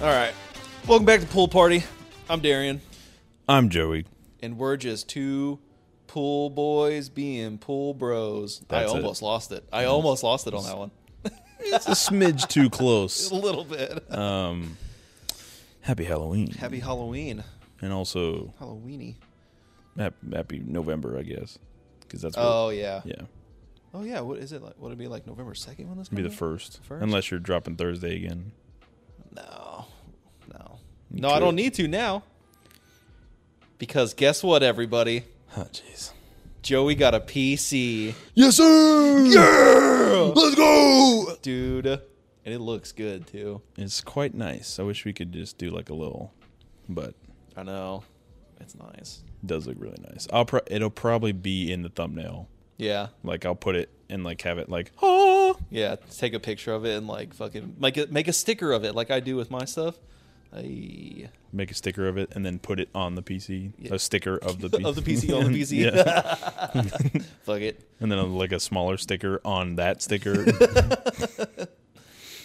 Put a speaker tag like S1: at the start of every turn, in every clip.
S1: All right. Welcome back to Pool Party. I'm Darian,
S2: I'm Joey.
S1: and we're just two pool boys being pool bros. I
S2: That's it.
S1: almost lost it. I almost lost it on that one.
S2: It's a smidge too close.
S1: A little bit.
S2: Um, happy Halloween.
S1: Happy Halloween.
S2: and also
S1: Halloweeny.
S2: hap- happy November, I guess, because that's what,
S1: Oh yeah.
S2: yeah, it'd
S1: Oh yeah. What is it like? Would it be like November second when this?
S2: be the
S1: comes out?
S2: first,
S1: First?
S2: unless you're dropping Thursday again.
S1: No. No. No, I don't
S2: could.
S1: need to now. Because guess what, everybody?
S2: Oh, jeez.
S1: Joey got a PC,
S2: Yes, sir. Yeah. Let's go.
S1: dude, and it looks good too.
S2: It's quite nice. I wish we could just do like a little, but it
S1: I know. It's nice.
S2: does look really nice. I'll pro- it'll probably be in the thumbnail.
S1: Yeah.
S2: Like I'll put it and like have it like oh
S1: Yeah, take a picture of it and like fucking make it make a sticker of it like I do with my stuff. I
S2: make a sticker of it and then put it on the PC.
S1: Yeah.
S2: A sticker of the
S1: of Oh, the PC on the PC.
S2: yeah.
S1: Fuck it.
S2: And then uh, like a smaller sticker on that sticker.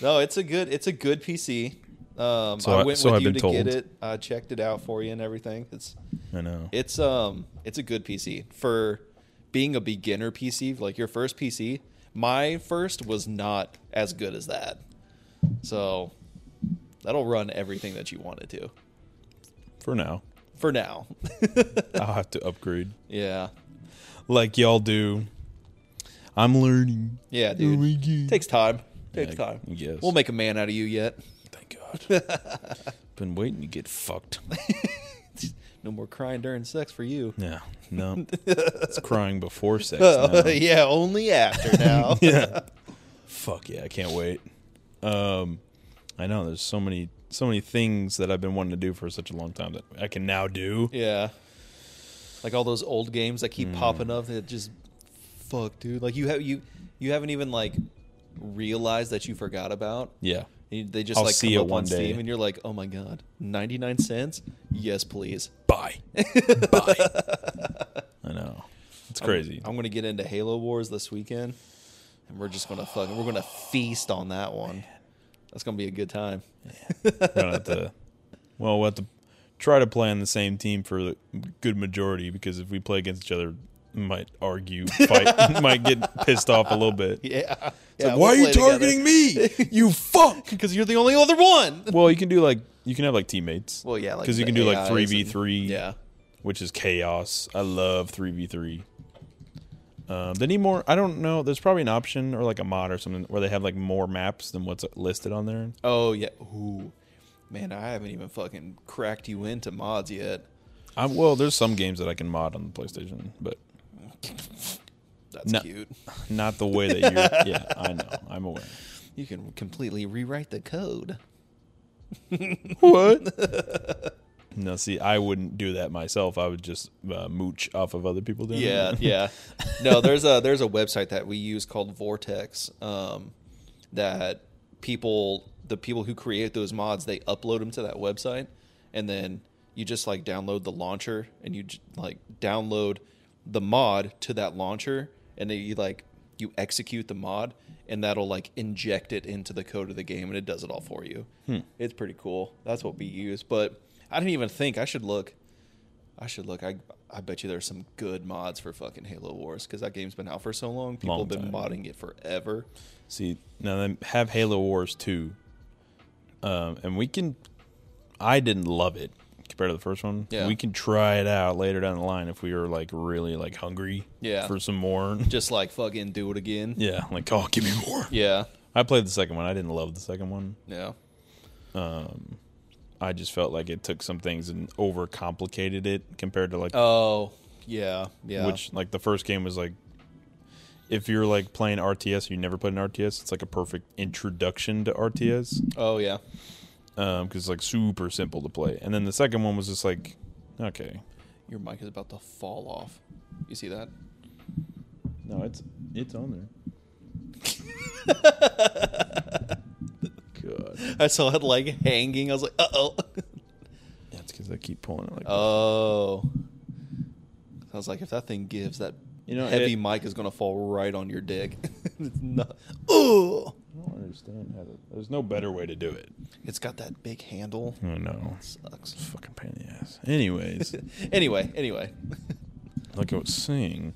S1: No, it's a good it's a good PC. Um,
S2: So
S1: I
S2: I-
S1: went
S2: so
S1: with
S2: I've
S1: you
S2: been
S1: to
S2: told.
S1: get it. I checked it out for you and everything. It's
S2: I know.
S1: it's um it's a good PC for being a beginner PC. Like your first PC, my first was not as good as that. So that'll run everything that you want it to
S2: For now,
S1: for now.
S2: I'll have to upgrade
S1: yeah,
S2: like y'all do. I'm learning.
S1: yeah, dude. Takes time. Takes
S2: Yeah,
S1: time.
S2: yes.
S1: We'll make a man out of you yet.
S2: Thank God. Been waiting to get fucked.
S1: No more crying during sex for you.
S2: Yeah, no. It's crying before sex.
S1: Uh,
S2: now.
S1: yeah, only after now.
S2: yeah. Fuck yeah, I can't wait. Um, I know there's so many so many things that I've been wanting to do for such a long time that I can now do.
S1: yeah. Like all those old games that
S2: Mm.
S1: keep popping up that just fuck, dude. Like you have you you haven't even like realized that you forgot about.
S2: Yeah.
S1: You- They just
S2: I'll
S1: like
S2: see
S1: come
S2: it
S1: up on
S2: one day.
S1: Steam and you're like, "Oh my god, 99 cents? Yes, please."
S2: Bye. Bye. I know. It's crazy.
S1: I'm going to get into Halo Wars this weekend and we're just going to fucking we're going to feast on that one. That's going to be a good time.
S2: We're gonna have to, well, we'll have to try to play on the same team for the good majority because if we play against each other, we might argue, fight, might get pissed off a little bit.
S1: Yeah.
S2: It's like, why are you targeting me? You fuck.
S1: Because you're the only other one.
S2: Well, you can do like you can have like teammates.
S1: Well, yeah, like
S2: because you
S1: the
S2: can do like
S1: AIs
S2: three v three.
S1: and- yeah.
S2: which is chaos. I love three v three. Um, they need more. I don't know. There's probably an option or like a mod or something where they have like more maps than what's listed on there.
S1: Oh yeah. Ooh. Man, I haven't even fucking cracked you into mods yet.
S2: i well, there's some games that I can mod on the PlayStation, but
S1: That's
S2: No.
S1: cute.
S2: Not the way that you're. yeah, I know. I'm aware.
S1: You can completely rewrite the code.
S2: What? no, see, I wouldn't do that myself. I would just uh, mooch off of other people doing
S1: Yeah,
S2: it.
S1: yeah. No, there's a there's a website that we use called Vortex um, that people the people who create those mods they upload them to that website and then you just like download the launcher and you j- like download the mod to that launcher and then you like you execute the mod and that'll like inject it into the code of the game and it does it all for you. It's pretty cool. That's what we use, but I didn't even think I should look I should look. I I bet you there's some good mods for fucking Halo Wars because that game's been out for so long. People have
S2: Long
S1: been
S2: time.
S1: modding it forever.
S2: See, now then have Halo Wars 2. Um, and we can. I didn't love it compared to the first one.
S1: Yeah.
S2: We can try it out later down the line if we are like really like hungry
S1: Yeah.
S2: for some more.
S1: Just like fucking do it again.
S2: Yeah, like, oh, give me more.
S1: Yeah.
S2: I played the second one. I didn't love the second one.
S1: Yeah.
S2: I just felt like it took some things and overcomplicated it compared to like
S1: Oh. Yeah. Yeah.
S2: which like the first game was like if you're like playing RTS, you never played an RTS. It's like a perfect introduction to RTS
S1: Oh yeah.
S2: because Um, it's like super simple to play. And then the second one was just like, okay,
S1: Your mic is about to fall off. You see that?
S2: no, it's it's on there. God,
S1: I saw it like hanging. I was like, uh oh.
S2: that's because I keep pulling it like
S1: oh. I was like, if that thing gives, that
S2: You know,
S1: heavy
S2: it-
S1: mic is gonna fall right on your dick. it's not. Oh.
S2: I don't understand how to. There's no better way to do it.
S1: It's got that big handle.
S2: Oh no,
S1: Sucks.
S2: fucking pain in the ass. Anyways,
S1: anyway, anyway.
S2: like I was saying,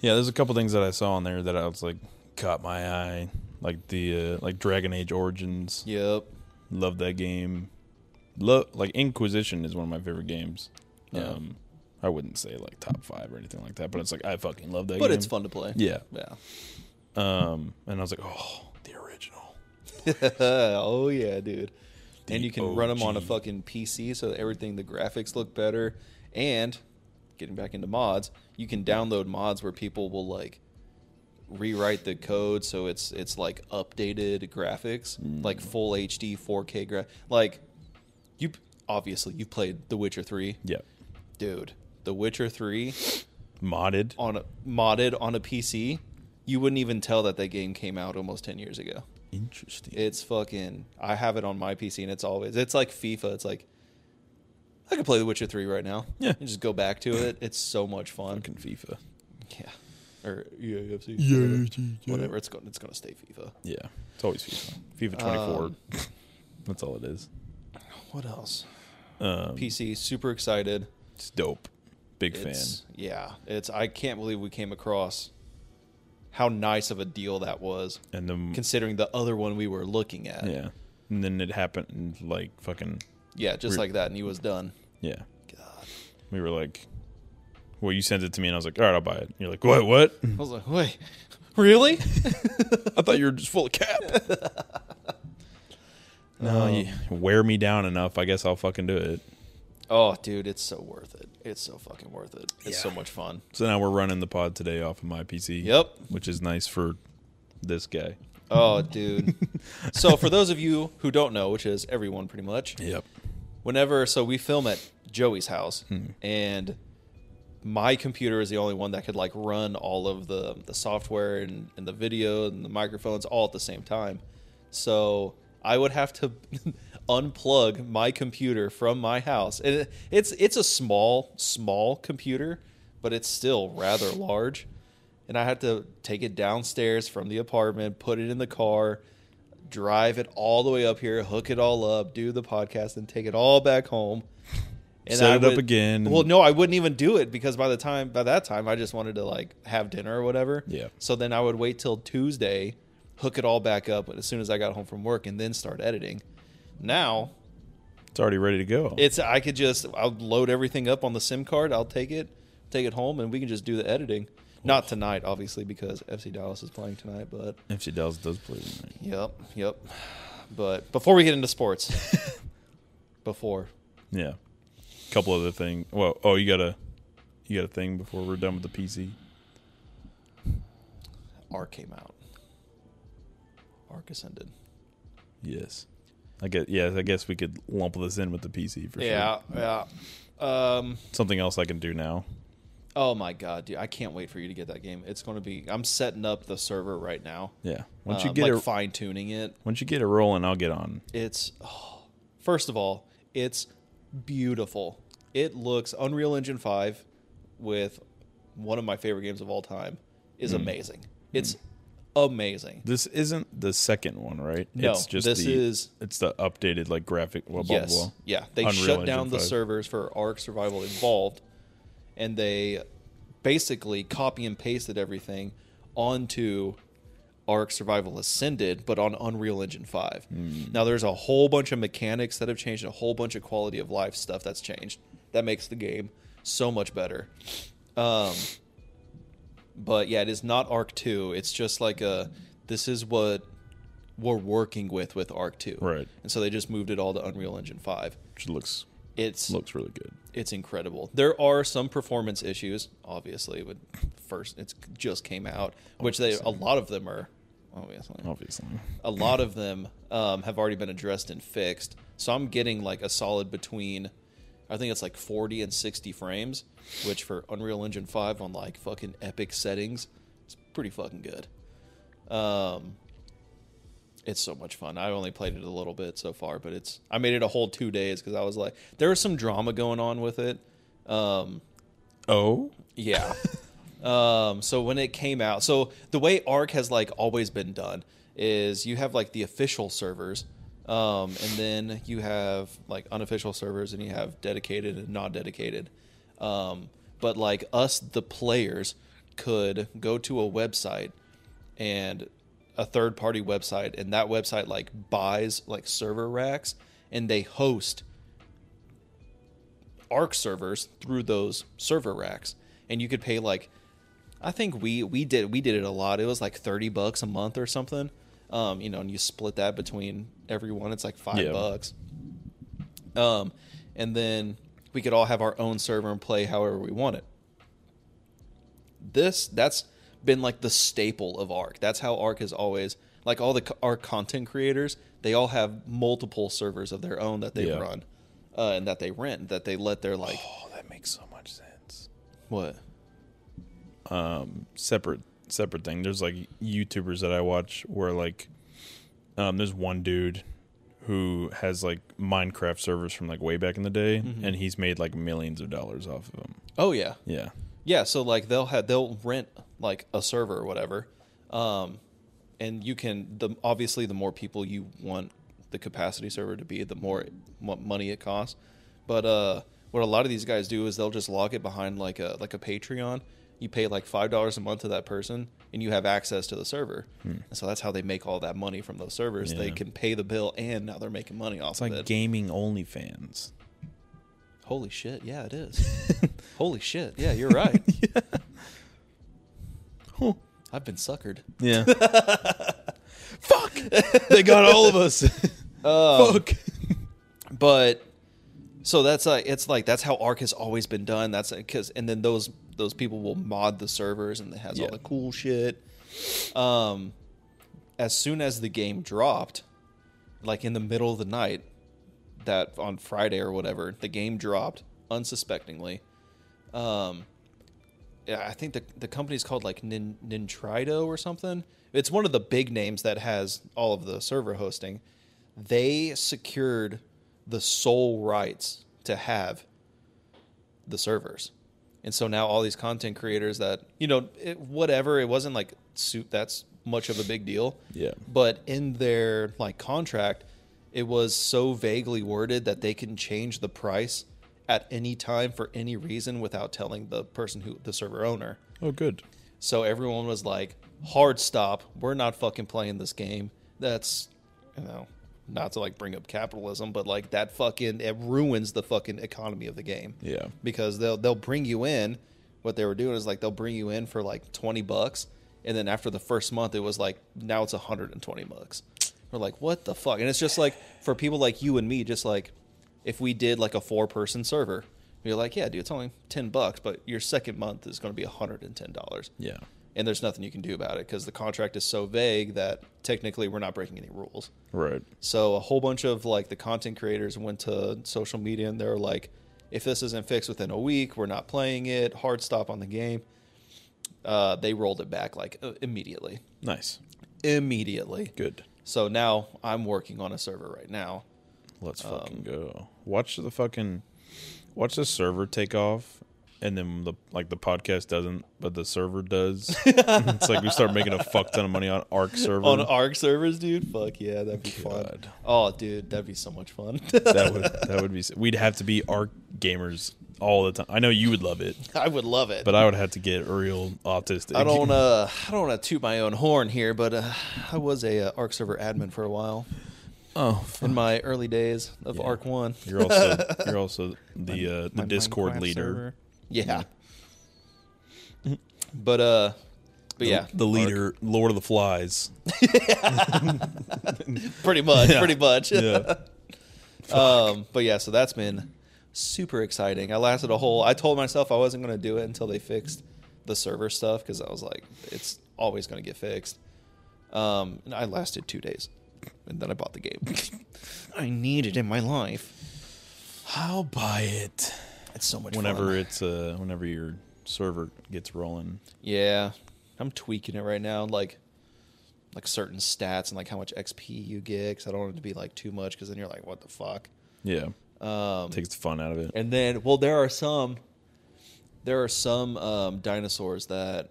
S2: yeah, there's a couple things that I saw on there that I was like caught my eye, like the uh, like Dragon Age Origins.
S1: yep.
S2: Love that game. Love like Inquisition is one of my favorite games.
S1: Yeah.
S2: Um, I wouldn't say like top five or anything like that, but it's like I fucking love that.
S1: But
S2: game.
S1: it's fun to play.
S2: Yeah.
S1: Yeah.
S2: Um, and I was like, oh, the original.
S1: oh yeah, dude. and you can run 'em run them on a
S2: OG.
S1: fucking PC, so that everything the graphics look better. And getting back into mods, you can download mods where people will like rewrite the code so it's it's like updated graphics, like full HD, 4K gra- Like you obviously you've played The Witcher Three,
S2: Yeah.
S1: dude. The Witcher Three
S2: Modded.
S1: on a, modded on a PC, you wouldn't even tell that that game came out almost ten years ago
S2: Interesting.
S1: it's fucking i have it on my pc and it's always it's like fifa it's like i could play the witcher 3 right now
S2: Yeah.
S1: and just go back to it it's so much fun
S2: Fucking FIFA.
S1: yeah or E EAFC,
S2: Yeah,
S1: whatever.
S2: yeah, yeah.
S1: whatever it's going it's going to stay fifa
S2: Yeah. It's always FIFA. FIFA 24.
S1: Um,
S2: That's all it is.
S1: what else
S2: Um,
S1: pc super excited
S2: It's dope. Big
S1: it's
S2: fan.
S1: yeah it's i can't believe we came across how nice of a deal that was
S2: And then
S1: considering the other one we were looking at
S2: Mm. yeah, and then it happened like fucking
S1: yeah just
S2: Re-
S1: like that and he was done
S2: yeah.
S1: god
S2: We were like, well, you sent it to me, and I was like, all right, I'll buy it. And you're like, what? What?
S1: i was like wait really
S2: I thought you were just full of cap. no, you wear me down enough. I guess I'll fucking do it.
S1: Oh, dude, it's so worth it. It's so fucking worth it. It's so
S2: Yeah.
S1: much fun.
S2: So now we're running the pod today off of my PC.
S1: Yep.
S2: Which is nice for this guy.
S1: Oh, dude. so, for those of you who don't know, which is everyone pretty much,
S2: Yep.
S1: whenever, so we film at Joey's house, and my computer is the only one that could like run all of the, the software and, and the video and the microphones all at the same time. So, I would have to unplug my computer from my house. And it, it's it's a small small computer, but it's still rather large. and I had to take it downstairs from the apartment, put it in the car, drive it all the way up here, hook it all up, do the podcast, and take it all back home.
S2: Set it up again.
S1: Well, no, I wouldn't even do it because by the time by that time I just wanted to like have dinner or whatever.
S2: Yeah.
S1: So then I would wait till Tuesday, hook it all back up as soon as I got home from work, and then start editing. Now
S2: It's already ready to go.
S1: it's I could just I'll load everything up on the SIM card. I'll take it, take it home, and we can just do the editing. Not tonight, obviously, because FC Dallas is playing tonight. But
S2: FC Dallas does play tonight.
S1: yep, yep. But before we get into sports, before
S2: Yeah. Couple other thing. Well, oh, you got a you got a thing before we're done with the PC.
S1: Ark came out, Ark Ascended.
S2: Yes. I guess yes, I guess we could lump this in with the PC for
S1: Yeah,
S2: sure.
S1: yeah. Um.
S2: Something else I can do now.
S1: Oh my god, dude! I can't wait for you to get that game. It's going to be. I'm setting up the server right now.
S2: Yeah. Once
S1: Um,
S2: you get
S1: like
S2: it
S1: fine tuning it.
S2: once you get it rolling, I'll get on.
S1: It's oh, first of all, it's beautiful. It looks Unreal Engine 5 with one of my favorite games of all time
S2: Hmm.
S1: is amazing. It's amazing.
S2: This isn't the second one, right?
S1: No,
S2: it's just
S1: this
S2: the,
S1: is-
S2: it's the updated like graphic blah blah
S1: yes.
S2: blah.
S1: Yeah, they
S2: Unreal
S1: shut down
S2: Engine
S1: the
S2: 5.
S1: servers for Ark Survival Evolved and they basically copy and pasted everything onto Ark Survival Ascended, but on Unreal Engine 5. Now, there's a whole bunch of mechanics that have changed, and a whole bunch of quality of life stuff that's changed. That makes the game so much better. Um, but yeah, it is not Arc 2. It's just like a this is what we're working with with Arc 2.
S2: Right.
S1: And so they just moved it all to Unreal Engine 5.
S2: Which looks
S1: It's
S2: looks really good.
S1: it's incredible. There are some performance issues, obviously, with first it's just came out, which they a lot of them are obviously
S2: Obviously.
S1: a lot of them um, have already been addressed and fixed. So I'm getting like a solid between, I think it's like 40 and 60 frames, which for Unreal Engine 5 on like fucking epic settings, it's pretty fucking good. Um, it's so much fun. I only played it a little bit so far, but it's I made it a whole two days because I was like, there was some drama going on with it. Um,
S2: Oh?
S1: yeah. Um, so when it came out, so the way Arc has like always been done is you have like the official servers, um, and then you have like unofficial servers, and you have dedicated and non-dedicated. Um, but like us, the players could go to a website and a third party website, and that website like buys like server racks, and they host arc servers through those server racks and you could pay like i think we we did we did it a lot it was like 30 bucks a month or something um you know and you split that between everyone it's like five
S2: Yeah.
S1: bucks um and then we could all have our own server and play however we wanted this that's been like the staple of arc that's how arc is always like all the c- arc content creators they all have multiple servers of their own that they
S2: Yeah.
S1: run uh, and that they rent that they let their like
S2: Oh, that makes so much sense.
S1: what
S2: Um, Separate separate thing. There's like YouTubers that I watch where like um there's one dude who has like Minecraft servers from like way back in the day and he's made like millions of dollars off of them.
S1: oh yeah
S2: Yeah.
S1: Yeah, so like they'll have they'll rent like a server or whatever, um, and you can the obviously the more people you want the capacity server to be, the more it, what money it costs. But uh, what a lot of these guys do is they'll just log it behind like a like a Patreon. You pay like five dollars a month to that person, and you have access to the server. And so that's how they make all that money from those servers. They
S2: Hmm. Yeah.
S1: can pay the bill, and now they're making money off
S2: It's
S1: of
S2: like
S1: it.
S2: gaming only fans.
S1: Holy shit! Yeah, it is. Holy shit! Yeah, you're right. I've been suckered.
S2: Yeah. Fuck. They got all of us. Fuck.
S1: but so that's like it's like that's how arc has always been done that's because and then those those people will mod the servers and it has
S2: Yeah.
S1: all the cool shit um as soon as the game dropped like in the middle of the night that on friday or whatever the game dropped unsuspectingly um yeah, I think the the company's called like Nin, Nintrido or something. It's one of the big names that has all of the server hosting. They secured the sole rights to have the servers. And so now all these content creators that, you know, it, whatever, it wasn't like suit that's much of a big deal.
S2: Yeah.
S1: But in their like contract, it was so vaguely worded that they can change the price at any time for any reason without telling the person who the server owner.
S2: Oh good.
S1: So everyone was like, hard stop. We're not fucking playing this game. That's, you know, not to like bring up capitalism, but like that fucking, it ruins the fucking economy of the game.
S2: Yeah.
S1: Because they'll, they'll bring you in. What they were doing is like, they'll bring you in for like 20 bucks. And then after the first month, it was like, now it's 120 bucks. We're like, what the fuck? And it's just like, for people like you and me, just like, if we did like a four person server, you're like, yeah, dude, it's only 10 bucks, but your second month is going to be $110
S2: Yeah.
S1: and there's nothing you can do about it because the contract is so vague that technically we're not breaking any rules.
S2: Right.
S1: So a whole bunch of like the content creators went to social media and they're like, if this isn't fixed within a week, we're not playing it. Hard stop on the game. Uh, they rolled it back like uh, immediately,
S2: Nice.
S1: immediately.
S2: Good.
S1: So now I'm working on a server right now.
S2: Let's fucking go. Watch the fucking watch the server take off and then the like the podcast doesn't, but the server does. it's like we start making a fuck ton of money on Arc server.
S1: On ARG servers, dude. Fuck yeah, that'd be fun.
S2: God.
S1: Oh, dude, that'd be so much fun.
S2: that would that would be we'd have to be Arc gamers all the time. I know you would love it,
S1: I would love it.
S2: but I would have to get real autistic.
S1: I don't uh I don't want to toot my own horn here, but uh, I was a uh, Arc server admin for a while
S2: Oh,
S1: in my early days of
S2: Yeah.
S1: Arc One.
S2: you're also you're also the uh, the Discord leader.
S1: Yeah. but uh, but yeah,
S2: the leader, Lord of the Flies.
S1: Arc, pretty much,
S2: Yeah.
S1: pretty much.
S2: Yeah,
S1: um, but yeah, so that's been super exciting. I lasted a whole. I told myself I wasn't going to do it until they fixed the server stuff because I was like, it's always going to get fixed. Um, and I lasted two days, and then I bought the game. I need it in my life.
S2: I'll buy it
S1: It's so much
S2: whenever
S1: fun.
S2: it's uh whenever your server gets rolling.
S1: yeah, I'm tweaking it right now, like like certain stats and like how much XP you get. Because I don't want it to be like too much, because then you're like, what the fuck.
S2: Yeah,
S1: Um,
S2: takes the fun out of it.
S1: And then, well, there are some there are some um, dinosaurs that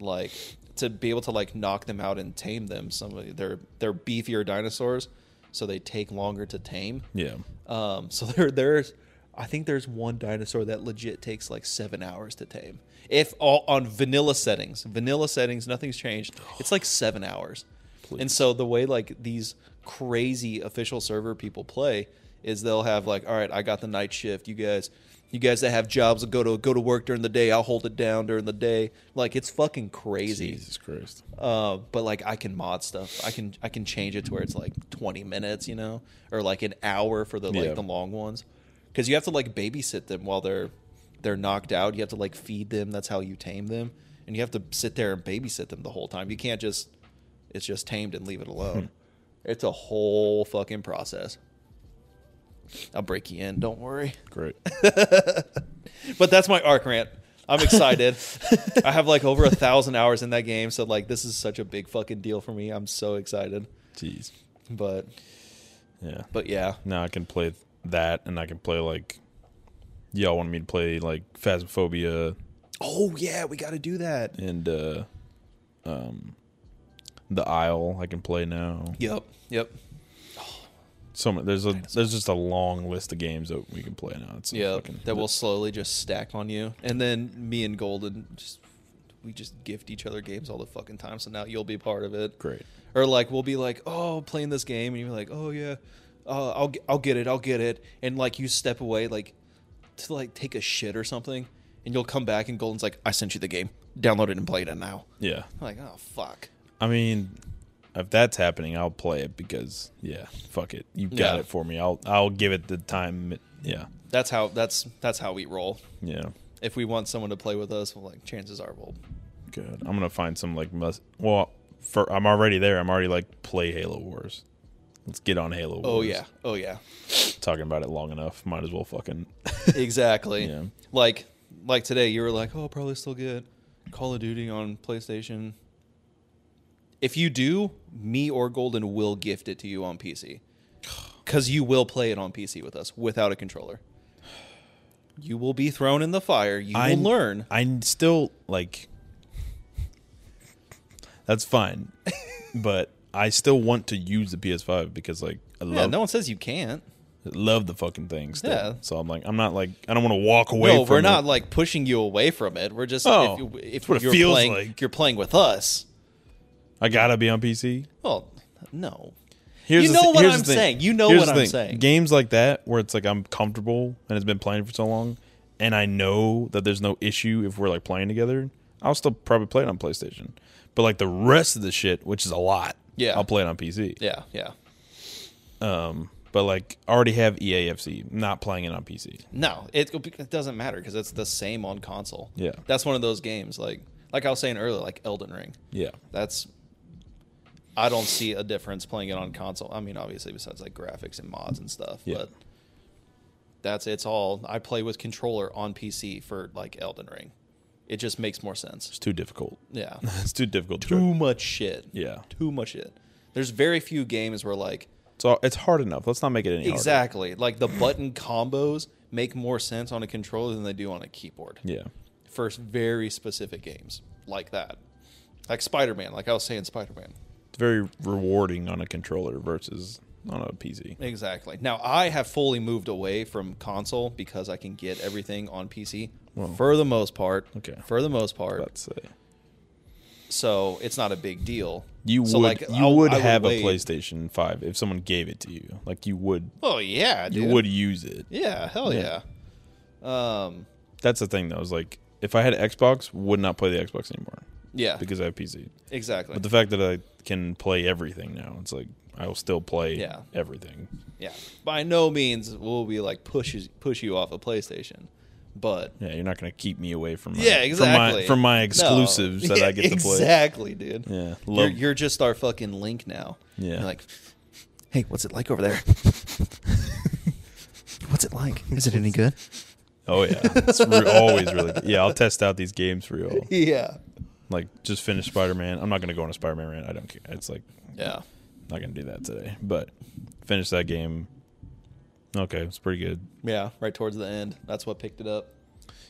S1: like to be able to like knock them out and tame them. Some of- they're they're beefier dinosaurs, so they take longer to tame.
S2: Yeah.
S1: Um, so there, there's, I think there's one dinosaur that legit takes like seven hours to tame. If all on vanilla settings, vanilla settings, nothing's changed. It's like seven hours. And so the way like these crazy official server people play is they'll have like, all right, I got the night shift. You guys, you guys that have jobs go to go to work during the day. I'll hold it down during the day. Like it's fucking crazy.
S2: Jesus Christ.
S1: Uh, but like I can mod stuff. I can I can change it to where it's like 20 minutes, you know, or like an hour for the like
S2: Yeah.
S1: the long ones. Cuz you have to like babysit them while they're they're knocked out. You have to like feed them. That's how you tame them. And you have to sit there and babysit them the whole time. You can't just it's just tamed and leave it alone. it's a whole fucking process. I'll break you in, don't worry.
S2: Great.
S1: But that's my arc rant. I'm excited. I have like over a thousand hours in that game, so like this is such a big fucking deal for me. I'm so excited.
S2: Jeez.
S1: But
S2: Yeah.
S1: but yeah,
S2: now I can play that, and I can play like y'all wanted me to play like Phasmophobia
S1: oh yeah, we got to do that.
S2: and uh um the Isle. I can play now.
S1: Yep, yep,
S2: So ma- there's a there's just a long list of games that we can play now. It's
S1: yep.
S2: fucking-
S1: That will slowly just stack on you, and then me and Golden just we just gift each other games all the fucking time. So now you'll be part of it.
S2: great.
S1: Or like we'll be like, oh, playing this game, and you're like, oh yeah, uh, I'll g- I'll get it, I'll get it, and like you step away like to like take a shit or something, and you'll come back and Golden's like, I sent you the game, download it and play it now.
S2: Yeah.
S1: I'm like, oh fuck,
S2: I mean, if that's happening, I'll play it because yeah, fuck it. You got
S1: Yeah.
S2: it for me. I'll I'll give it the time. it- yeah.
S1: that's how that's that's how we roll.
S2: Yeah.
S1: If we want someone to play with us, well, like chances are we'll
S2: Good. I'm gonna find some like must. Well, for I'm already there. I'm already like play Halo Wars. Let's get on Halo Wars.
S1: Oh yeah. Oh yeah.
S2: Talking about it long enough. Might as well fucking.
S1: Exactly.
S2: Yeah.
S1: Like like today you were like, "Oh, I'll probably still get Call of Duty on PlayStation." If you do, me or Golden will gift it to you on PC. Cuz you will play it on PC with us without a controller. You will be thrown in the fire. You
S2: I
S1: will learn.
S2: I'm still like. That's fine, but I still want to use the PS5 because like I
S1: Yeah,
S2: love
S1: no one says you can't.
S2: love the fucking thing. Still.
S1: Yeah.
S2: So I'm like, I'm not like, I don't want to walk away.
S1: no,
S2: from
S1: we're not
S2: It.
S1: like pushing you away from it. We're just
S2: Oh,
S1: if, you, if
S2: that's what it
S1: you're
S2: feels
S1: playing,
S2: like.
S1: you're playing with us.
S2: I gotta be on PC.
S1: Well, no.
S2: Here's
S1: You
S2: the
S1: know
S2: thi-
S1: what
S2: here's
S1: I'm
S2: the thing.
S1: saying. You know
S2: Here's
S1: what
S2: the
S1: I'm
S2: thing.
S1: saying.
S2: Games like that, where it's like I'm comfortable and it's been playing for so long, and I know that there's no issue if we're like playing together. I'll still probably play it on PlayStation, but like the rest of the shit, which is a lot,
S1: Yeah.
S2: I'll play it on PC.
S1: Yeah, yeah.
S2: But like, I already have E EAFC. Not playing it on PC.
S1: No, it, it doesn't matter because it's the same on console.
S2: Yeah.
S1: that's one of those games. Like like I was saying earlier, like Elden Ring.
S2: Yeah,
S1: That's I don't see a difference playing it on console. I mean, obviously, besides like graphics and mods and stuff,
S2: Yeah.
S1: but that's it's all. I play with controller on PC for like Elden Ring. It just makes more sense.
S2: it's too difficult.
S1: Yeah,
S2: it's too difficult. to
S1: too much shit.
S2: Yeah.
S1: too much shit. There's very few games where like
S2: So it's hard enough. Let's not make it any harder.
S1: exactly like the button combos make more sense on a controller than they do on a keyboard.
S2: Yeah.
S1: First, very specific games like that, like Spider Man, like I was saying, Spider Man.
S2: It's very rewarding on a controller versus on a PC.
S1: Exactly. Now I have fully moved away from console because I can get everything on PC for the most part.
S2: Okay.
S1: For the most part,
S2: Let's say
S1: so it's not a big deal.
S2: you
S1: So,
S2: would
S1: like,
S2: you
S1: I'll-
S2: would
S1: I
S2: have
S1: wait.
S2: a PlayStation Five if someone gave it to you. Like you would
S1: Oh yeah, dude.
S2: you would use it.
S1: Yeah, hell yeah.
S2: Yeah.
S1: Um,
S2: That's the thing though. Is like if I had Xbox, would not play the Xbox anymore
S1: yeah.
S2: because I have PC.
S1: exactly.
S2: But the fact that I can play everything now, it's like I will still play
S1: Yeah.
S2: everything.
S1: Yeah. By no means will we like push push you off a PlayStation, but
S2: Yeah, you're not gonna keep me away from my,
S1: yeah, exactly.
S2: from my, from my
S1: No.
S2: exclusives that
S1: Yeah,
S2: I get to play.
S1: Exactly, dude.
S2: Yeah,
S1: You're,
S2: love-
S1: you're just our fucking link now.
S2: Yeah.
S1: You're like, hey, what's it like over there? what's it like? Is it any good?
S2: Oh yeah, it's re- always really. Yeah, I'll test out these games for you. all.
S1: Yeah.
S2: like just finish Spider Man. I'm not gonna go on a Spider Man rant. I don't care. It's like
S1: Yeah.
S2: not gonna do that today. But finish that game. Okay, it's pretty good.
S1: Yeah. Right towards the end. That's what picked it up.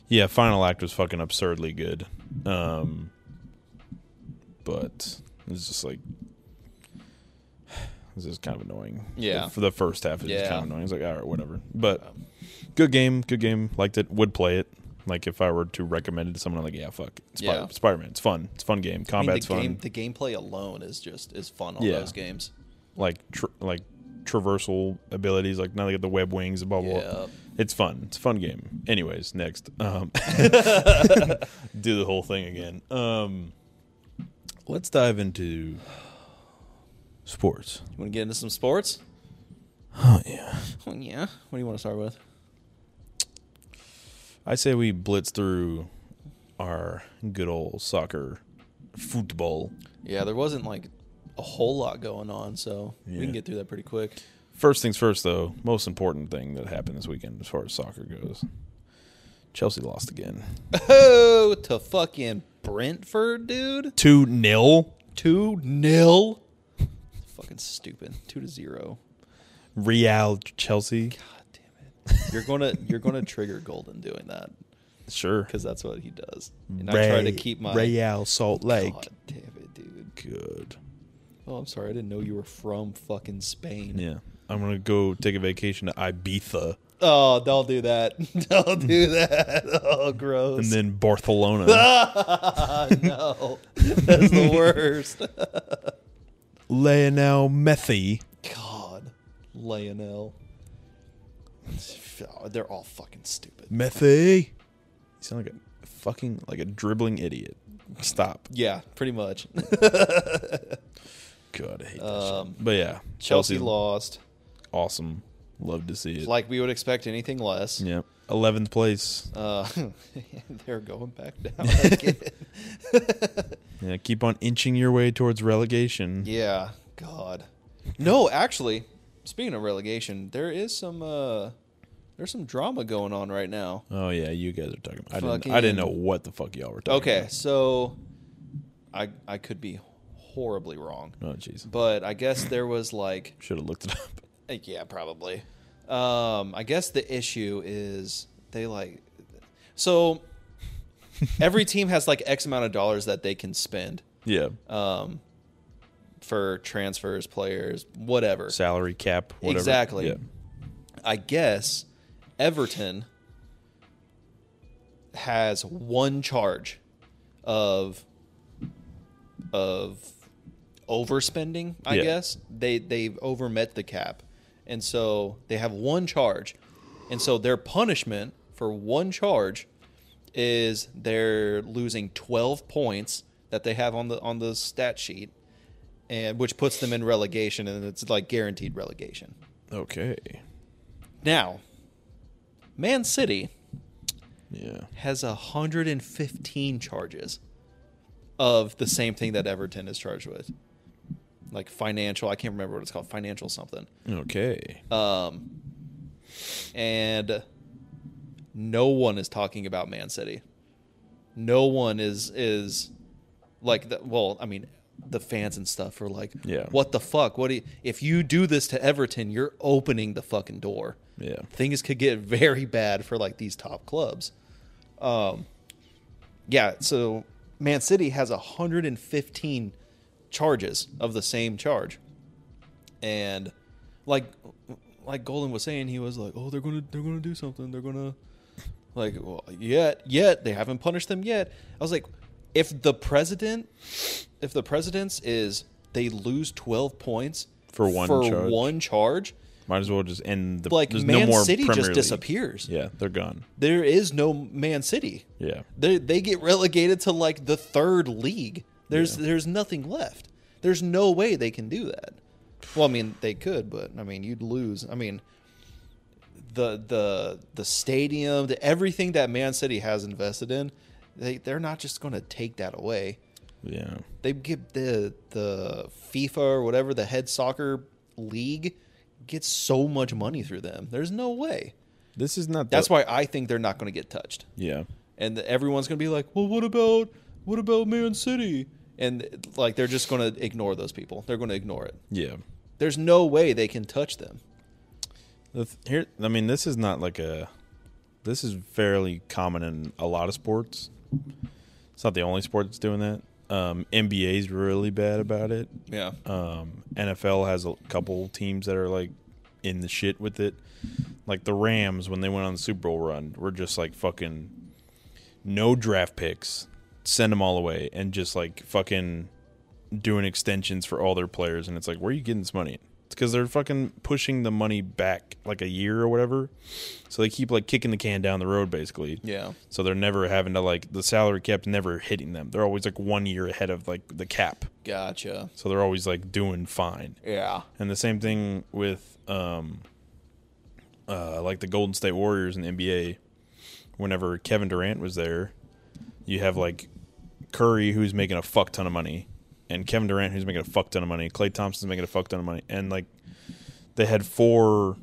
S2: Yeah, Final Act was fucking absurdly good. Um but it's just like this is kind of annoying.
S1: Yeah.
S2: The- For the first half it's just
S1: Yeah.
S2: kind of annoying. It's like, all right, whatever.
S1: Um,
S2: But good game, good game. Liked it. Would play it. Like if I were to recommend it to someone, I'm like, yeah, fuck. Spider-
S1: Yeah.
S2: Spider-Man. It's fun. It's a fun game.
S1: I mean, the
S2: Combat's
S1: game,
S2: fun.
S1: the gameplay alone is just is fun on
S2: Yeah.
S1: those games.
S2: Like tr- like traversal abilities. Like now they get the web wings. Blah blah. blah.
S1: Yeah.
S2: It's fun. It's a fun game. Anyways, next. Um, do the whole thing again. Um, let's dive into sports.
S1: You want to get into some sports?
S2: Oh yeah.
S1: Oh, yeah. What do you want to start with?
S2: I say we blitz through our good old soccer football.
S1: Yeah, there wasn't like a whole lot going on, so we
S2: Yeah.
S1: can get through that pretty quick.
S2: First things first, though, most important thing that happened this weekend as far as soccer goes. Chelsea lost again.
S1: Oh, to fucking Brentford, dude.
S2: 2 0.
S1: Two nil. Fucking stupid. Two to zero.
S2: Real Chelsea.
S1: God damn it. You're gonna you're gonna trigger Golden doing that
S2: Sure.
S1: because that's what he does. And I try to
S2: Ray-
S1: keep my
S2: Real Salt Lake.
S1: God damn it, dude.
S2: Good.
S1: Oh, I'm sorry. I didn't know you were from fucking Spain.
S2: Yeah. I'm going to go take a vacation to Ibiza
S1: Oh, don't do that. Don't do that. Oh, gross.
S2: and then Barcelona.
S1: no, that's the worst.
S2: Lionel Messi.
S1: God, Lionel. They're all fucking stupid.
S2: Messi. You sound like a fucking like a dribbling idiot. Stop.
S1: Yeah, pretty much.
S2: God, I hate that
S1: Um,
S2: shit. But yeah,
S1: Chelsea lost,
S2: Awesome. Love to see it.
S1: like we would expect anything less.
S2: Yep. 11th place.
S1: Uh, they're going back down. again.
S2: Yeah, keep on inching your way towards relegation.
S1: yeah, God. No, actually, speaking of relegation, there is some uh, there's some drama going on right now.
S2: Oh yeah, you guys are talking. I didn't. I
S1: Fucking-
S2: didn't know what the fuck y'all were talking.
S1: Okay, so I I could be horribly wrong,
S2: About. Oh jeez,
S1: but I guess there was like
S2: should have looked it up.
S1: Uh, Yeah, probably. Um, I guess the issue is they like so every team has like X amount of dollars that they can spend
S2: Yeah.
S1: um, for transfers, players, whatever.
S2: Salary cap. Whatever.
S1: Exactly.
S2: Yeah.
S1: I guess Everton has one charge of of overspending, I
S2: Yeah.
S1: guess. They they've overmet the cap. And so they have one charge. And so their punishment for one charge is they're losing 12 points that they have on the on the stat sheet and which puts them in relegation and it's like guaranteed relegation.
S2: Okay.
S1: Now, Man City
S2: Yeah.
S1: has 115 charges of the same thing that Everton is charged with. Like financial, I can't remember what it's called, financial something.
S2: Okay.
S1: Um, and no one is talking about Man City. No one is is like the, well, I mean, the fans and stuff are like,
S2: Yeah.
S1: what the fuck? What do you, if you do this to Everton, you're opening the fucking door.
S2: Yeah.
S1: Things could get very bad for like these top clubs. Um, yeah, so Man City has 115 charges of the same charge. And like like Golden was saying, he was like, "Oh, they're going to they're going to do something. They're going to like well, yet yet they haven't punished them yet." I was like, "If the president if the president's is they lose 12 points
S2: For one
S1: for
S2: charge.
S1: one charge,
S2: Might as well just end the.
S1: like
S2: there's
S1: Man
S2: no more
S1: City
S2: Premier
S1: just
S2: League.
S1: disappears.
S2: Yeah, they're gone.
S1: There is no Man City.
S2: Yeah.
S1: They they get relegated to like the third league. There's there's nothing left. There's no way they can do that. Well, I mean they could, but I mean you'd lose. I mean the the the stadium, the, everything that Man City has invested in, they they're not just going to take that away.
S2: Yeah.
S1: They give the the FIFA or whatever the head soccer league gets so much money through them. There's no way.
S2: This is not.
S1: That's
S2: the,
S1: why I think they're not going to get touched
S2: Yeah.
S1: and everyone's gonna be like, "Well, what about what about Man City?" And like they're just gonna ignore those people. They're gonna ignore it.
S2: Yeah.
S1: There's no way they can touch them.
S2: The th- here, I mean, this is not like a this is fairly common in a lot of sports. It's not the only sport that's doing that. Um, NBA's really bad about it.
S1: Yeah.
S2: Um, NFL has a couple teams that are like in the shit with it. Like the Rams when they went on the Super Bowl run, were just like fucking no draft picks, send them all away, and just like fucking doing extensions for all their players. And it's like, where are you getting this money? It's because they're fucking pushing the money back like a year or whatever. So they keep like kicking the can down the road, basically.
S1: Yeah.
S2: So they're never having to like the salary cap's never hitting them. They're always like one year ahead of like the cap.
S1: Gotcha.
S2: So they're always like doing fine.
S1: Yeah.
S2: And the same thing with um uh like the Golden State Warriors in the NBA whenever Kevin Durant was there, you have like Curry who's making a fuck ton of money and Kevin Durant who's making a fuck ton of money, Clay Thompson's making a fuck ton of money and like they had four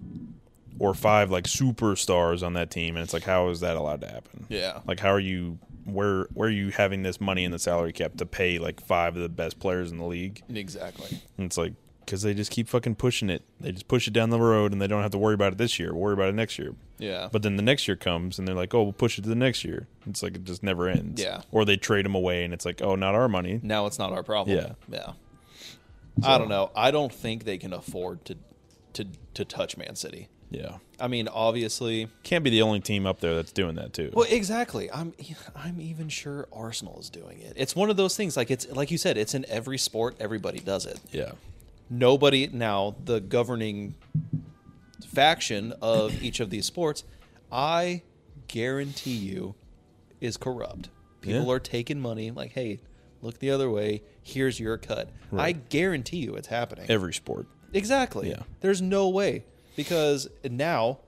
S2: or five like superstars on that team and it's like how is that allowed to happen?
S1: Yeah.
S2: Like how are you where where are you having this money in the salary cap to pay like five of the best players in the league?
S1: Exactly.
S2: And it's like because they just keep fucking pushing it. They just push it down the road, and they don't have to worry about it this year. Worry about it next year.
S1: Yeah.
S2: But then the next year comes, and they're like, "Oh, we'll push it to the next year." It's like it just never ends.
S1: Yeah.
S2: Or they trade them away, and it's like, "Oh, not our money."
S1: now it's not our problem.
S2: Yeah.
S1: Yeah. I don't know. I don't think they can afford to to to touch Man City.
S2: Yeah.
S1: I mean, obviously.
S2: Can't be the only team up there that's doing that too.
S1: Well, exactly. I'm I'm even sure Arsenal is doing it. It's one of those things like it's like you said, it's in every sport, everybody does it.
S2: Yeah.
S1: nobody now the governing faction of each of these sports i guarantee you is corrupt people
S2: Yeah.
S1: are taking money like hey look the other way here's your cut i
S2: Right.
S1: guarantee you it's happening
S2: Every sport.
S1: exactly
S2: Yeah.
S1: there's no way because now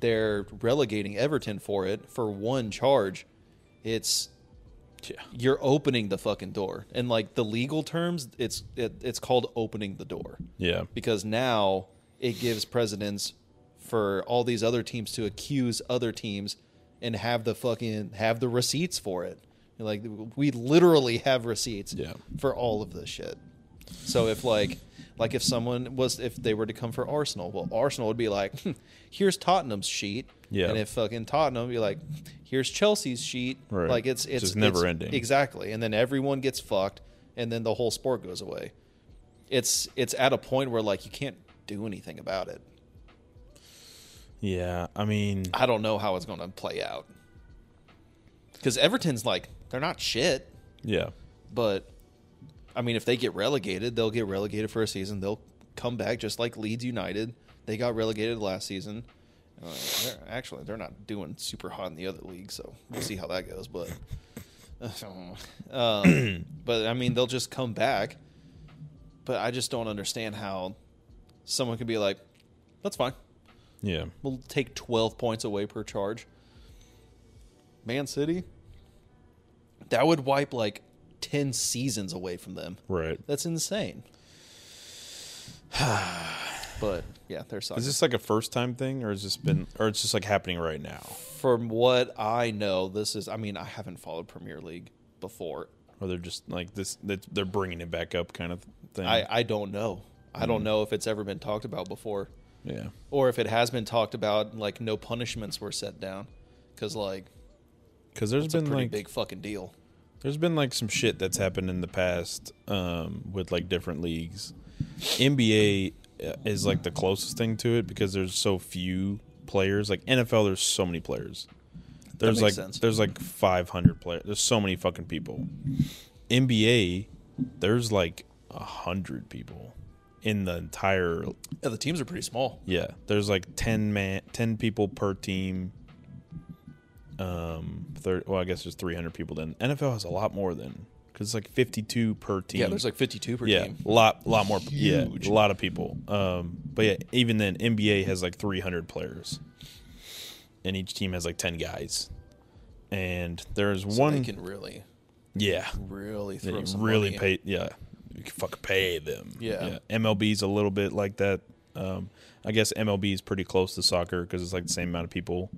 S1: they're relegating everton for it for one charge it's
S2: Yeah.
S1: you're opening the fucking door and like the legal terms it's it, it's called opening the door
S2: Yeah.
S1: because now it gives precedence for all these other teams to accuse other teams and have the fucking have the receipts for it. Like we literally have receipts
S2: Yeah.
S1: for all of this shit. So if like like if someone was if they were to come for Arsenal, well Arsenal would be like, "Hmm, here's Tottenham's sheet.
S2: Yeah.
S1: And if fucking Tottenham would be like, here's Chelsea's sheet.
S2: Right.
S1: Like it's
S2: It's
S1: it's
S2: just never
S1: it's-
S2: ending.
S1: Exactly. And then everyone gets fucked and then the whole sport goes away it's it's at a point where like you can't do anything about it.
S2: Yeah. I mean,
S1: I don't know how it's going to play out. Cuz Everton's like they're not shit,
S2: yeah.
S1: but I mean if they get relegated, they'll get relegated for a season. They'll come back just like Leeds United. They got relegated last season. Uh, they're, actually, they're not doing super hot in the other league, so we'll see how that goes. But, uh, um, but I mean, they'll just come back. But I just don't understand how someone can be like, "That's fine.
S2: Yeah.
S1: We'll take 12 points away per charge. Man City, that would wipe like 10 seasons away from them.
S2: Right.
S1: That's insane. but yeah, they're soccer.
S2: Is this like a first time thing, or has this been, or it's just like happening right now?
S1: From what I know, this is, I mean, I haven't followed Premier League before.
S2: Or they're just like this, that they're bringing it back up kind of thing.
S1: I, I don't know. I
S2: Mm.
S1: don't know if it's ever been talked about before.
S2: yeah.
S1: Or if it has been talked about, like no punishments were set down, because like
S2: Because there's
S1: it's a
S2: been
S1: pretty
S2: like
S1: big fucking deal.
S2: there's been like some shit that's happened in the past um, with like different leagues. NBA uh, is like the closest thing to it because there's so few players. Like NFL, there's so many players. There's
S1: makes
S2: like
S1: sense.
S2: there's like 500 players. There's so many fucking people. NBA, there's like a hundred people in the entire
S1: Yeah, the teams are pretty small.
S2: yeah, there's like ten man, ten people per team. Um, thir well, I guess there's 300 people. Then NFL has a lot more than because it's like 52 per team.
S1: Yeah, there's like 52 per
S2: yeah,
S1: team.
S2: lot lot more. Yeah,
S1: Huge.
S2: a lot of people. Um, but yeah, even then, NBA has like 300 players, and each team has like 10 guys. And there's
S1: So
S2: one.
S1: they can really,
S2: yeah,
S1: really
S2: that
S1: throw
S2: you
S1: some
S2: really
S1: money.
S2: pay. Yeah, you can fucking pay them.
S1: Yeah.
S2: MLB's a little bit like that. Um, I guess MLB is pretty close to soccer because it's like the same amount of people.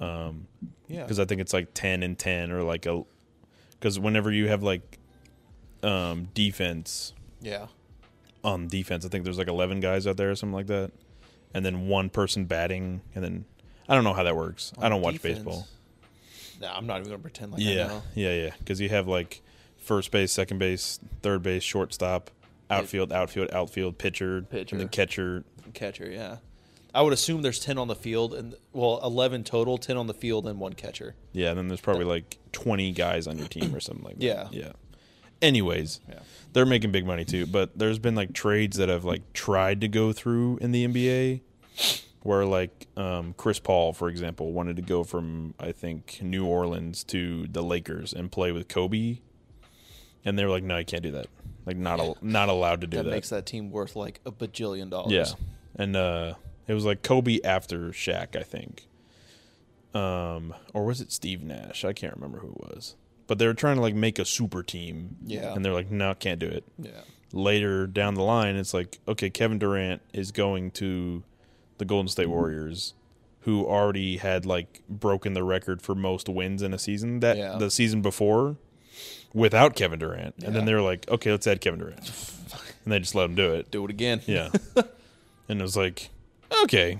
S1: Yeah,
S2: Because I think it's like ten and ten or like a. Because whenever you have like, um, defense
S1: yeah,
S2: on defense, I think there's like eleven guys out there or something like that, and then one person batting, and then I don't know how that works. I don't watch
S1: Defense.
S2: baseball.
S1: Nah, I'm not even gonna pretend like I
S2: Yeah,
S1: know.
S2: yeah, yeah. Because you have like first base, second base, third base, shortstop, outfield, outfield, outfield, pitcher,
S1: Pitcher.
S2: and then catcher.
S1: Catcher, yeah. I would assume there's ten on the field and well, eleven total, ten on the field and one catcher.
S2: Yeah, and then there's probably like 20 guys on your team or something like that.
S1: Yeah.
S2: yeah. Anyways,
S1: Yeah.
S2: they're making big money too. But there's been like trades that have like tried to go through in the NBA, where like um, Chris Paul, for example, wanted to go from I think New Orleans to the Lakers and play with Kobe, and they were like, "No, you can't do that. Like, not al- not allowed to do
S1: That,
S2: that."
S1: makes that team worth like a bajillion dollars.
S2: Yeah, and uh, it was like Kobe after Shaq, I think. Um, or was it Steve Nash? I can't remember who it was. But they were trying to like make a super team.
S1: Yeah.
S2: and they're like, no, can't do it.
S1: Yeah.
S2: Later down the line, it's like, okay, Kevin Durant is going to the Golden State
S1: Mm-hmm.
S2: Warriors, who already had like broken the record for most wins in a season that
S1: Yeah.
S2: the season before without Kevin Durant. And then
S1: Yeah.
S2: they were like, okay, let's add Kevin Durant, and they just let him do it.
S1: Do it again.
S2: Yeah. and it was like, okay.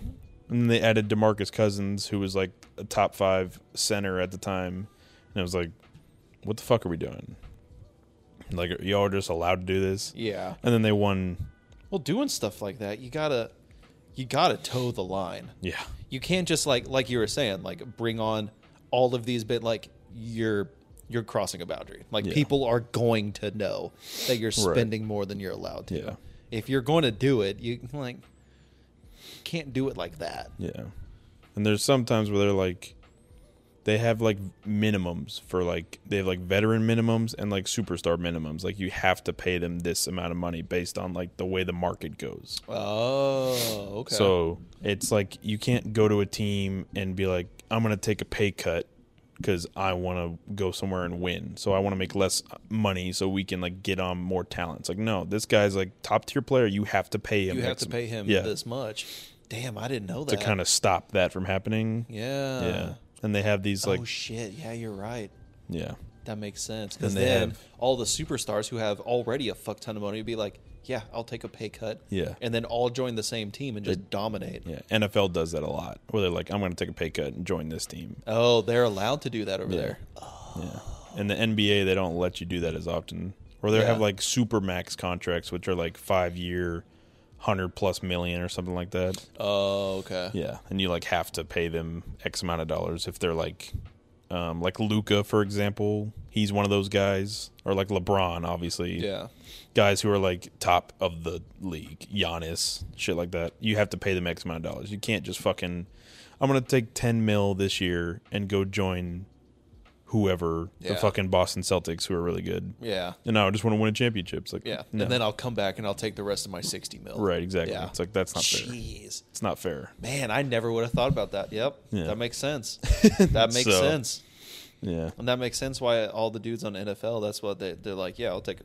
S2: And they added Demarcus Cousins, who was like a top five center at the time. And I was like, what the fuck are we doing? Like, are y'all just allowed to do this?
S1: Yeah.
S2: And then they won.
S1: Well, doing stuff like that, you gotta you gotta toe the line.
S2: Yeah.
S1: You can't just like like you were saying, like bring on all of these bit like you're you're crossing a boundary. Like
S2: Yeah.
S1: people are going to know that you're
S2: Right.
S1: spending more than you're allowed to.
S2: Yeah.
S1: If you're going to do it, you like can't do it like that.
S2: Yeah. And there's sometimes where they're like, they have like minimums for like, they have like veteran minimums and like superstar minimums. Like, you have to pay them this amount of money based on like the way the market goes.
S1: Oh, okay.
S2: So it's like you can't go to a team and be like, I'm going to take a pay cut because I want to go somewhere and win. So I want to make less money so we can like get on more talent. It's like, no, this guy's like top tier player. You have to pay him.
S1: you have
S2: X-
S1: to pay him
S2: yeah,
S1: this much. Damn, I didn't know
S2: to
S1: that.
S2: kind of stop that from happening.
S1: yeah.
S2: yeah. And they have these like,
S1: oh shit! Yeah, you're right.
S2: yeah,
S1: That makes sense. Because
S2: Then they
S1: then
S2: have-
S1: all the superstars who have already a fuck ton of money would be like, yeah, I'll take a pay cut.
S2: Yeah.
S1: And then all join the same team and just dominate.
S2: yeah. NFL does that a lot where they're like, I'm going to take a pay cut and join this team.
S1: Oh, they're allowed to do that over there.
S2: Yeah. And the NBA, they don't let you do that as often. Or they
S1: Yeah.
S2: have like super max contracts, which are like five year, hundred plus million or something like that.
S1: Oh, okay.
S2: Yeah. And you like have to pay them X amount of dollars if they're like, um, like Luca, for example. He's one of those guys. Or like LeBron, obviously.
S1: Yeah.
S2: Guys who are like top of the league, Giannis, shit like that. You have to pay them X amount of dollars. You can't just fucking, I'm going to take 10 mil this year and go join whoever, the
S1: Yeah.
S2: fucking Boston Celtics, who are really good.
S1: Yeah.
S2: And now I just want to win a championship. It's like,
S1: Yeah.
S2: no.
S1: And then I'll come back and I'll take the rest of my 60 mil.
S2: right, exactly.
S1: Yeah.
S2: It's like, that's not fair.
S1: Jeez.
S2: It's not fair.
S1: Man, I never would have thought about that. Yep.
S2: Yeah.
S1: That makes sense. that makes
S2: So-
S1: sense.
S2: Yeah.
S1: And that makes sense why all the dudes on NFL, that's what they, they're like, yeah, I'll take,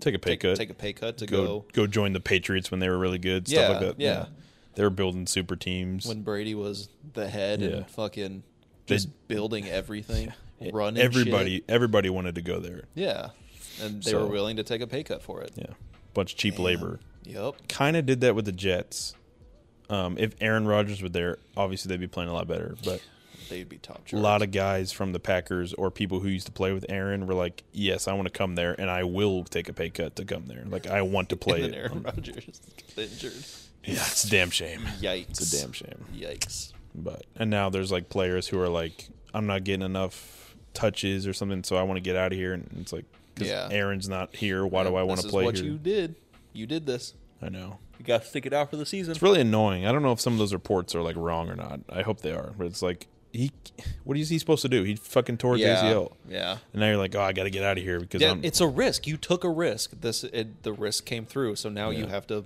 S2: Take a pay
S1: take,
S2: cut.
S1: take a pay cut to
S2: go,
S1: go.
S2: go join the Patriots when they were really good. Stuff like
S1: Yeah,
S2: that.
S1: yeah.
S2: They were building super teams.
S1: when Brady was the head
S2: Yeah.
S1: and fucking
S2: They-
S1: just building everything, running shit.
S2: everybody, everybody wanted to go there.
S1: Yeah, and they
S2: So-
S1: were willing to take a pay cut for it.
S2: Yeah. Bunch of cheap labor.
S1: Yep.
S2: Kind of did that with the Jets. Um, if Aaron Rodgers were there, obviously they'd be playing a lot better. But
S1: They'd be top.
S2: a lot of guys from the Packers or people who used to play with Aaron were like, "Yes, I want to come there, and I will take a pay cut to come there. Like, I want to play."
S1: And then
S2: it." Um,
S1: Aaron Rodgers gets injured.
S2: Yeah, it's a damn shame.
S1: Yikes!
S2: It's a damn shame.
S1: Yikes!
S2: But and now there's like players who are like, "I'm not getting enough touches or something, so I want to get out of here." And it's like, "Cause
S1: Yeah.
S2: Aaron's not here. Why do I want
S1: This
S2: to
S1: is
S2: play
S1: what
S2: here?"
S1: you did? You did this.
S2: I know.
S1: You got to stick it out for the season.
S2: It's really annoying. I don't know if some of those reports are like wrong or not. I hope they are, but it's like he, what is he supposed to do? He fucking tore his
S1: yeah.
S2: ACL,
S1: Yeah.
S2: and now you're like, "Oh, I got to get out of here because
S1: Yeah,
S2: I'm."
S1: it's a risk. You took a risk. This it, the risk came through, so now you
S2: Yeah.
S1: have to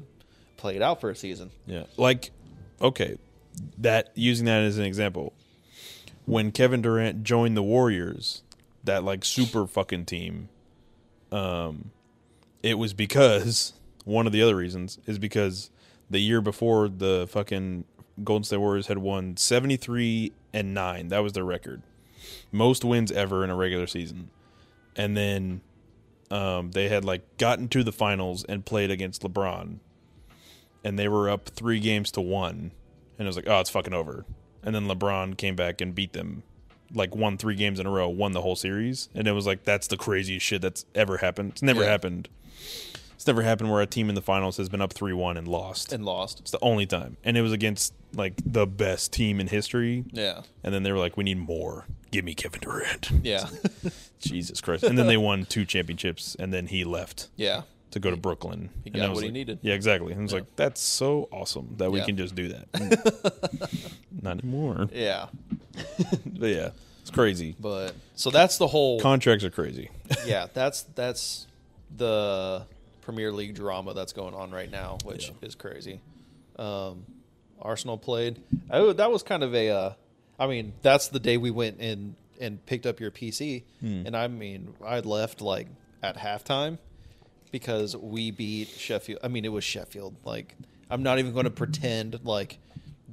S1: play it out for a season.
S2: Yeah. Like, okay, that using that as an example, when Kevin Durant joined the Warriors, that like super fucking team, um, it was because one of the other reasons is because the year before the fucking Golden State Warriors had won seventy three and nine. That was their record, most wins ever in a regular season, and then. Um, they had like gotten to the finals and played against LeBron, and they were up three games to one, and it was like, oh, it's fucking over. and then LeBron came back and beat them, like won three games in a row, won the whole series, and it was like that's the craziest shit that's ever happened. It's never
S1: Yeah.
S2: happened. It's never happened where a team in the finals has been up three one and lost.
S1: and
S2: it's
S1: lost.
S2: the only time, and it was against like the best team in history.
S1: Yeah,
S2: And then they were like, "We need more. Give me Kevin Durant."
S1: yeah,
S2: Jesus Christ! And then they won two championships, and then he left
S1: yeah,
S2: to go to Brooklyn. He
S1: got what he needed.
S2: Yeah, exactly. And it's like that's so awesome that we
S1: Yeah.
S2: can just do that. Not anymore.
S1: yeah.
S2: But yeah, it's crazy.
S1: But so that's the whole.
S2: Contracts are crazy.
S1: yeah, that's that's the Premier League drama that's going on right now, which
S2: Yeah.
S1: is crazy. Um, Arsenal played. Oh, that was kind of a. Uh, I mean, that's the day we went and and picked up your PC, and I mean, I left like at halftime because we beat Sheffield. I mean, it was Sheffield. Like, I'm not even going to pretend like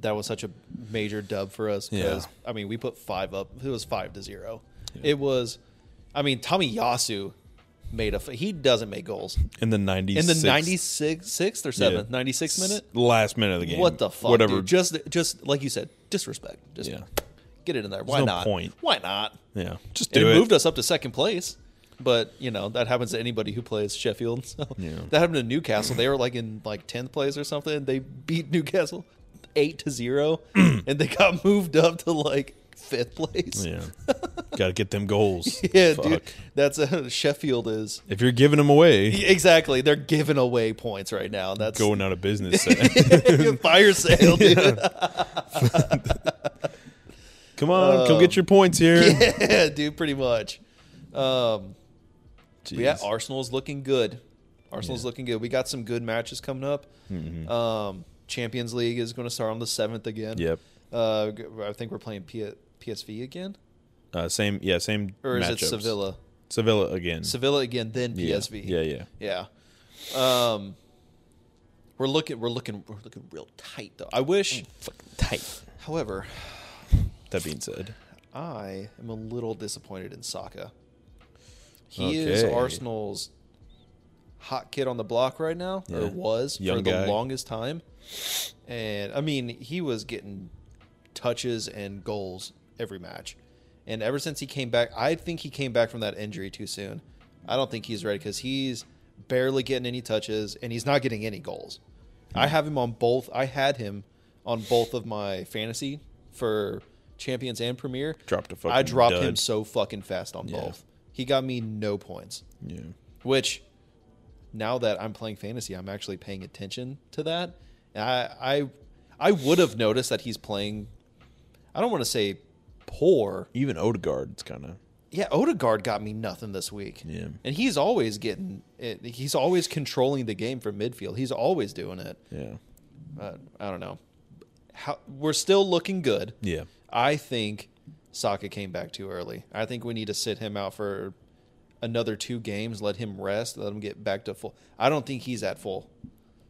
S1: that was such a major dub for us. 'cause, I mean, we put five up. It was five to zero. It was. I mean, Tommy Yasu made a. f- He doesn't make goals
S2: In the nineties.
S1: in the 96 sixth or seventh, 96 minute.
S2: last minute of the game.
S1: What the fuck?
S2: Whatever.
S1: dude? Just, just like you said, disrespect. Just
S2: yeah,
S1: get it in there. Why
S2: no
S1: not?
S2: point.
S1: Why not?
S2: yeah. Just
S1: it,
S2: do it.
S1: moved us up to second place. But you know that happens to anybody who plays Sheffield. So
S2: Yeah.
S1: that happened to Newcastle. They were like in like tenth place or something. They beat Newcastle eight to zero, and they got moved up to like fifth place.
S2: Yeah, got to get them goals.
S1: Yeah,
S2: Fuck.
S1: dude, that's uh, Sheffield is
S2: If you're giving them away,
S1: exactly. They're giving away points right now. That's
S2: going out of business. Sam.
S1: fire sale, dude.
S2: come on, come get your points here.
S1: yeah, dude, pretty much. Um, but yeah,
S2: Jeez.
S1: Arsenal's looking good. Arsenal's looking good. We got some good matches coming up.
S2: Mm-hmm.
S1: Um, Champions League is going to start on the seventh again.
S2: Yep.
S1: Uh, g- I think we're playing P- PSV again,
S2: Uh, same. Yeah, same.
S1: or is it
S2: matchups.
S1: Sevilla?
S2: Sevilla again.
S1: Sevilla again, then
S2: Yeah.
S1: PSV.
S2: Yeah, yeah.
S1: Yeah. Um, we're looking. We're looking. We're looking real tight though. I wish.
S2: Tight.
S1: However,
S2: That being said,
S1: I am a little disappointed in Saka. He is
S2: Okay.
S1: Arsenal's hot kid on the block right now,
S2: Yeah.
S1: or was for
S2: Young
S1: the
S2: guy.
S1: longest time. And I mean, he was getting touches and goals every match. And ever since he came back, I think he came back from that injury too soon. I don't think he's ready because he's barely getting any touches and he's not getting any goals. I have him on both. I had him on both of my fantasy for champions and premier.
S2: Dropped a
S1: I
S2: fucking
S1: dropped him
S2: dud.
S1: so fucking fast on
S2: Yeah.
S1: both. He got me no points,
S2: yeah,
S1: which now that I'm playing fantasy, I'm actually paying attention to that. And I I I would have noticed that he's playing. I don't want to say poor.
S2: even Odegaard's kind of
S1: Yeah, Odegaard got me nothing this week.
S2: Yeah.
S1: and he's always getting. It, he's always controlling the game from midfield. He's always doing it.
S2: yeah,
S1: Uh, I don't know. How, we're still looking good.
S2: yeah.
S1: I think Saka came back too early. I think we need to sit him out for another two games, let him rest, let him get back to full. I don't think he's at full.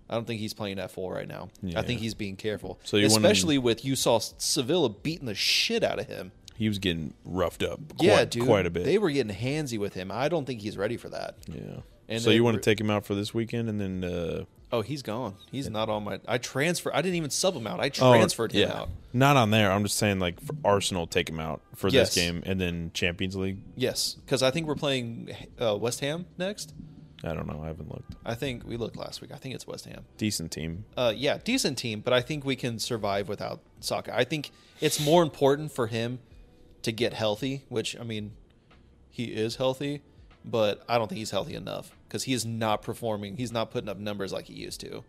S1: I don't think he's playing at full right now. I
S2: Yeah.
S1: think he's being careful.
S2: So you wanna-
S1: especially with you saw Sevilla beating the shit out of him.
S2: He was getting roughed up. Quite,
S1: yeah, dude,
S2: quite a bit.
S1: They were getting handsy with him. I don't think he's ready for that.
S2: yeah.
S1: And
S2: so
S1: they-
S2: you want to take him out for this weekend, and then uh,
S1: Oh, he's gone. He's not on my. I transfer. I didn't even sub him out. I transferred him out.
S2: Oh, Not on there. I'm just saying, like for Arsenal, take him out for
S1: Yes.
S2: this game, and then Champions League.
S1: Yes, because I think we're playing uh, West Ham next.
S2: I don't know. I haven't looked.
S1: I think we looked last week. I think it's West Ham.
S2: Decent team.
S1: uh, yeah, decent team, but I think we can survive without Saka. I think it's more important for him to get healthy, which I mean, he is healthy, but I don't think he's healthy enough because he is not performing. He's not putting up numbers like he used to.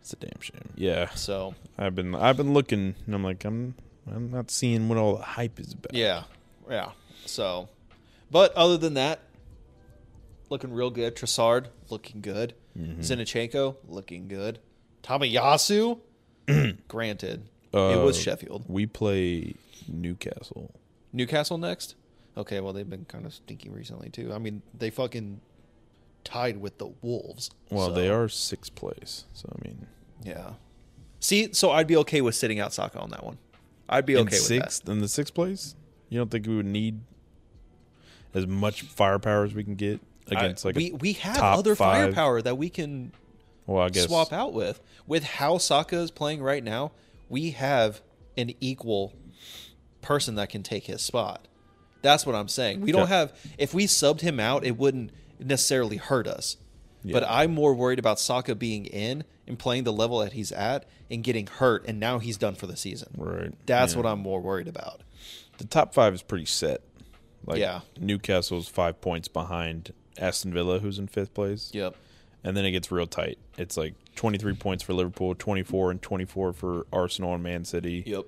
S2: It's a damn shame. Yeah,
S1: So
S2: I've been I've been looking, and I'm like I'm I'm not seeing what all the hype is about.
S1: yeah, yeah. So, but other than that, looking real good. Tressard looking good. Zinchenko looking good. Tamayasu, granted, it was
S2: Uh,
S1: Sheffield.
S2: We play Newcastle.
S1: Newcastle next. Okay, well they've been kind of stinky recently too. I mean, they fucking tied with the Wolves.
S2: Well,
S1: so,
S2: they are sixth place. So I mean,
S1: Yeah. See, so I'd be okay with sitting out Saka on that one. I'd be
S2: in
S1: okay with
S2: sixth in the sixth place. You don't think we would need as much firepower as we can get
S1: that.
S2: against
S1: I-
S2: like
S1: we
S2: a
S1: we have
S2: top
S1: other
S2: five?
S1: firepower that we can
S2: well, I guess
S1: swap out with. With how Saka is playing right now, we have an equal person that can take his spot. That's what I'm saying. We don't
S2: Yeah.
S1: have if we subbed him out, it wouldn't necessarily hurt us. But
S2: Yeah.
S1: I'm more worried about Saka being in and playing the level that he's at and getting hurt, and now he's done for the season.
S2: Right.
S1: That's
S2: Yeah.
S1: what I'm more worried about.
S2: the top five is pretty set. Like
S1: Yeah.
S2: Newcastle's five points behind Aston Villa, who's in fifth place.
S1: Yep.
S2: And then it gets real tight. It's like 23 points for Liverpool, 24 and 24 for Arsenal and Man City.
S1: Yep.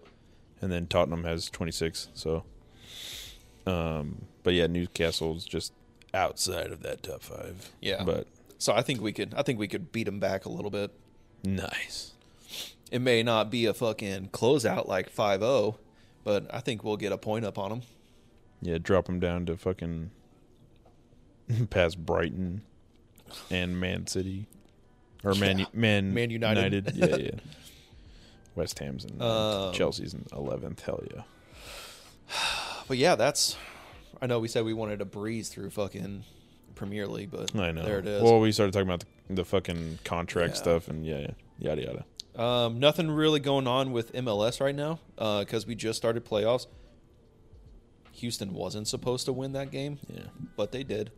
S2: And then Tottenham has 26. So, um, but yeah, Newcastle's just outside of that top five.
S1: Yeah.
S2: But
S1: So I think we could I think we could beat him back a little bit.
S2: nice.
S1: It may not be a fucking closeout like 5-0, but I think we'll get a point up on him.
S2: Yeah, drop them down to fucking past Brighton and Man City or Man
S1: Yeah.
S2: Man,
S1: Man United.
S2: United. Yeah, yeah. West Ham's in ninth,
S1: Um,
S2: Chelsea's in eleventh. Hell yeah.
S1: But yeah, that's I know we said we wanted to breeze through fucking Premier League, but
S2: I know.
S1: there it is.
S2: Well, we started talking about the, the fucking contract
S1: Yeah.
S2: stuff and yeah, yeah, yada yada.
S1: Um, nothing really going on with MLS right now because we just started playoffs. Houston wasn't supposed to win that game,
S2: Yeah,
S1: but they did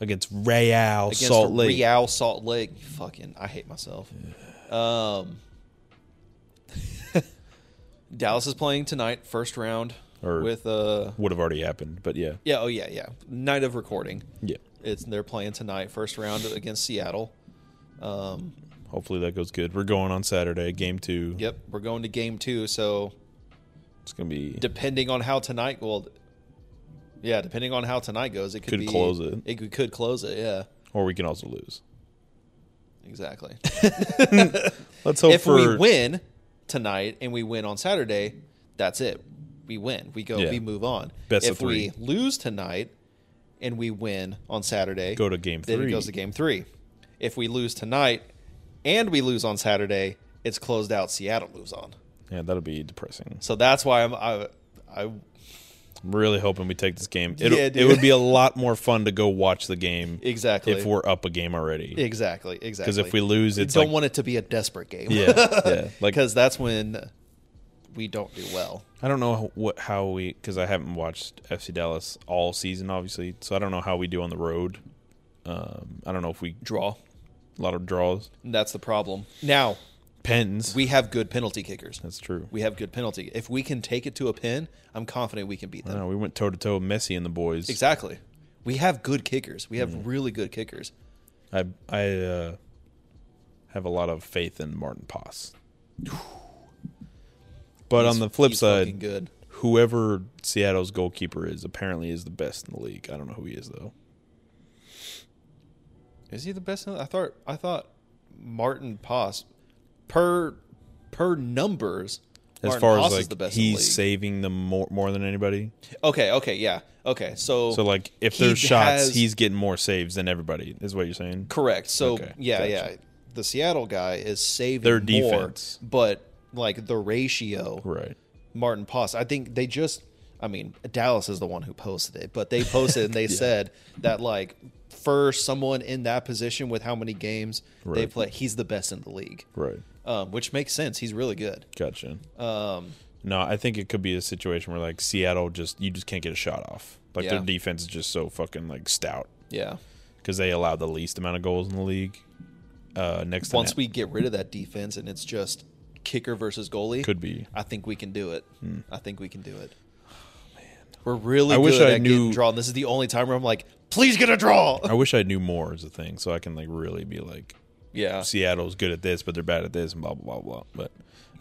S2: against Real
S1: against
S2: Salt Lake.
S1: Real Salt Lake. Fucking, I hate myself. Um, Dallas is playing tonight, first round
S2: Or-
S1: with uh,
S2: Would have already happened, but yeah,
S1: yeah, oh yeah, yeah, night of recording.
S2: yeah.
S1: It's they're playing tonight, first round against Seattle. Um,
S2: Hopefully that goes good. We're going on Saturday, game two.
S1: yep, we're going to game two, so
S2: It's gonna be
S1: depending on how tonight well yeah depending on how tonight goes it could,
S2: Could
S1: be,
S2: close it.
S1: it could- could close it yeah
S2: or we can also lose.
S1: exactly
S2: Let's hope
S1: if
S2: for
S1: we win tonight and we win on saturday that's it we win we go
S2: Yeah.
S1: we move on
S2: Best of
S1: if we
S2: three.
S1: lose tonight and we win on saturday
S2: Go to game
S1: then it
S2: three.
S1: goes to game three if we lose tonight and we lose on saturday it's closed out seattle moves on
S2: Yeah, that'll be depressing.
S1: so that's why i'm i, I
S2: I'm really hoping we take this game. It,
S1: Yeah, dude.
S2: it would be a lot more fun to go watch the game
S1: exactly
S2: if we're up a game already.
S1: exactly exactly
S2: Because if we lose,
S1: We
S2: it's
S1: don't
S2: like,
S1: want it to be a desperate game.
S2: yeah, yeah. Like
S1: because that's when we don't do well.
S2: I don't know what how we because I haven't watched FC Dallas all season, obviously. So I don't know how we do on the road. Um, I don't know if we
S1: Draw.
S2: a lot of draws,
S1: And that's the problem. Now
S2: pens.
S1: we have good penalty kickers.
S2: That's true.
S1: We have good penalty. If we can take it to a pin, I'm confident we can beat them.
S2: No, we went toe to toe, Messi and the boys.
S1: Exactly. We have good kickers. We have really good kickers.
S2: I I uh, have a lot of faith in Martin Pos. But
S1: He's-
S2: on the flip
S1: he's fucking
S2: side,
S1: good.
S2: whoever Seattle's goalkeeper is apparently is the best in the league. I don't know who he is though.
S1: Is he the best? in- I thought. I thought Martin Pos per per numbers.
S2: As
S1: Martin
S2: far
S1: Pos
S2: as
S1: is
S2: like
S1: the best in the
S2: he's
S1: league.
S2: saving them more more than anybody.
S1: Okay. Okay. Yeah. Okay. So
S2: So like if
S1: he
S2: there's shots,
S1: has-
S2: he's getting more saves than everybody. Is what you're saying?
S1: Correct. So
S2: Okay,
S1: yeah,
S2: gotcha.
S1: yeah. The Seattle guy is saving
S2: Their
S1: defense,
S2: defense.
S1: but like the ratio,
S2: Right.
S1: Martin Poss. I think they just. I mean, Dallas is the one who posted it, but they posted and they said that like for someone in that position with how many games they
S2: Right.
S1: play, he's the best in the league,
S2: Right.
S1: um, which makes sense. He's really good.
S2: Gotcha.
S1: Um,
S2: No, I think it could be a situation where like Seattle just you just can't get a shot off. Like
S1: Yeah.
S2: their defense is just so fucking like stout
S1: yeah.
S2: because they allow the least amount of goals in the league. Uh, next to
S1: Once
S2: Na-
S1: we get rid of that defense and it's just kicker versus goalie,
S2: could be Hmm.
S1: I think we can do it. I think we can do it. We're really
S2: I
S1: good
S2: wish
S1: at
S2: I
S1: getting
S2: knew-
S1: draw. And this is the only time where I'm like, please get a draw.
S2: I wish I knew more is a thing, so I can like really be like
S1: Yeah.
S2: Seattle's good at this, but they're bad at this, and blah blah blah blah. But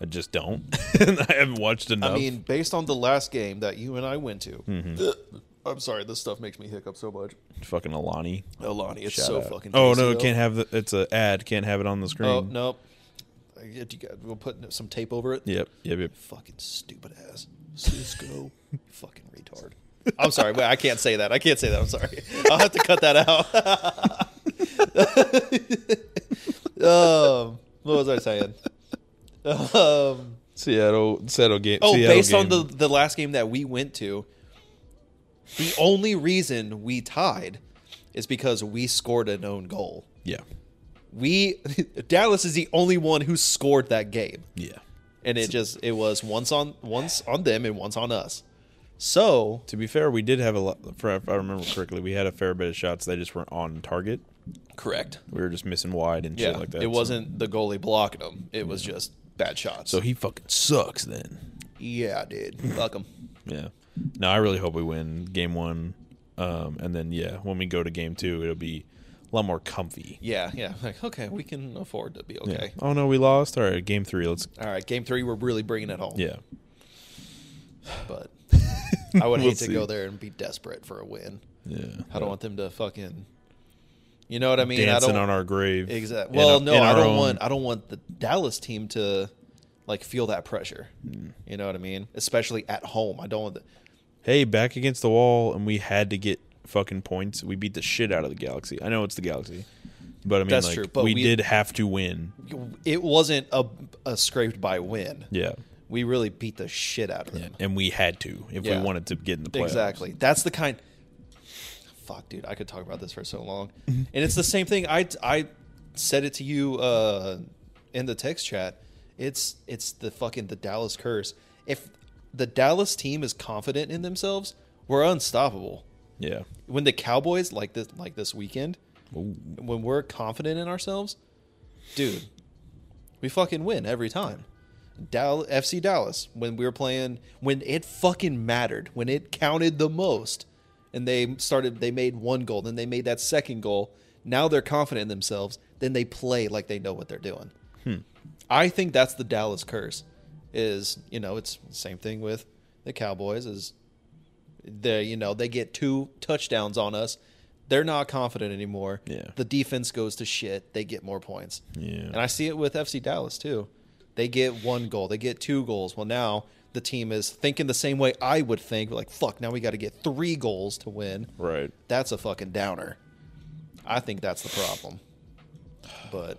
S2: I just don't. I haven't watched enough.
S1: I mean, based on the last game that you and I went to,
S2: Mm-hmm.
S1: I'm sorry, this stuff makes me hiccup so much.
S2: fucking Alani.
S1: Lonnie, it's
S2: Shout
S1: so
S2: out.
S1: fucking.
S2: Oh
S1: tasty,
S2: no,
S1: though.
S2: it can't have the. It's a ad. Can't have it on the screen.
S1: Oh no. I get- you got- We'll put some tape over it.
S2: Yep. Yep. Yep.
S1: Fucking stupid ass Cisco. fucking retard. I'm sorry. Wait, I can't say that. I can't say that. I'm sorry. I'll have to cut that out. um, what was I saying? Um,
S2: Seattle. Seattle game.
S1: oh,
S2: Seattle
S1: based on
S2: game.
S1: the the last game that we went to, the only reason we tied is because we scored an own goal.
S2: Yeah.
S1: We Dallas is the only one who scored that game.
S2: Yeah.
S1: and it just it was once on once on them and once on us. So
S2: To be fair, we did have a lot. for- If I remember correctly, we had a fair bit of shots. They just weren't on target.
S1: correct.
S2: We were just missing wide and
S1: Yeah,
S2: shit like that.
S1: it
S2: so-
S1: wasn't the goalie blocking them. It was just bad shots.
S2: So he fucking sucks then.
S1: yeah, dude, fuck them.
S2: Yeah. No, I really hope we win game one. Um, and then yeah, when we go to game two, it'll be a lot more comfy.
S1: Yeah, yeah. Like okay, we can afford to be
S2: Yeah.
S1: okay.
S2: Oh no, we lost. All right, game three. Let's.
S1: All right, game three, we're really bringing it home.
S2: Yeah.
S1: but I would hate to
S2: We'll see.
S1: go there and be desperate for a win.
S2: Yeah.
S1: I don't want them to fucking. You know what I mean?
S2: dancing
S1: I don't,
S2: on our grave.
S1: Exactly.
S2: in
S1: Well,
S2: our-
S1: no,
S2: in
S1: I
S2: our
S1: don't
S2: own-
S1: want. I don't want the Dallas team to like feel that pressure.
S2: Mm.
S1: You know what I mean? Especially at home. I don't want. The,
S2: hey, back against the wall, and we had to get fucking points. We beat the shit out of the Galaxy. I know it's the Galaxy, but I mean,
S1: That's
S2: like,
S1: true, but
S2: we,
S1: we-
S2: did have to win.
S1: it wasn't a, a scraped by win.
S2: Yeah,
S1: We really beat the shit out of them.
S2: and we had to if
S1: Yeah.
S2: we wanted to get in the playoffs.
S1: Exactly. That's the kind. Fuck, dude, I could talk about this for so long, and it's the same thing. I I said it to you uh, in the text chat. It's it's the fucking the Dallas curse. If the Dallas team is confident in themselves, we're unstoppable.
S2: Yeah.
S1: When the Cowboys like this like this weekend,
S2: Ooh.
S1: when we're confident in ourselves, dude, we fucking win every time. Dal- FC Dallas when we were playing when it fucking mattered when it counted the most, and they started they made one goal then they made that second goal. Now they're confident in themselves. Then they play like they know what they're doing. I think that's the Dallas curse. Is you know it's the same thing with the Cowboys is they you know they get two touchdowns on us. They're not confident anymore.
S2: Yeah.
S1: The defense goes to shit. They get more points.
S2: Yeah.
S1: And I see it with FC Dallas too. They get one goal. They get two goals. Well, now the team is thinking the same way I would think. Like fuck, now we got to get three goals to win.
S2: Right.
S1: That's a fucking downer. I think that's the problem. But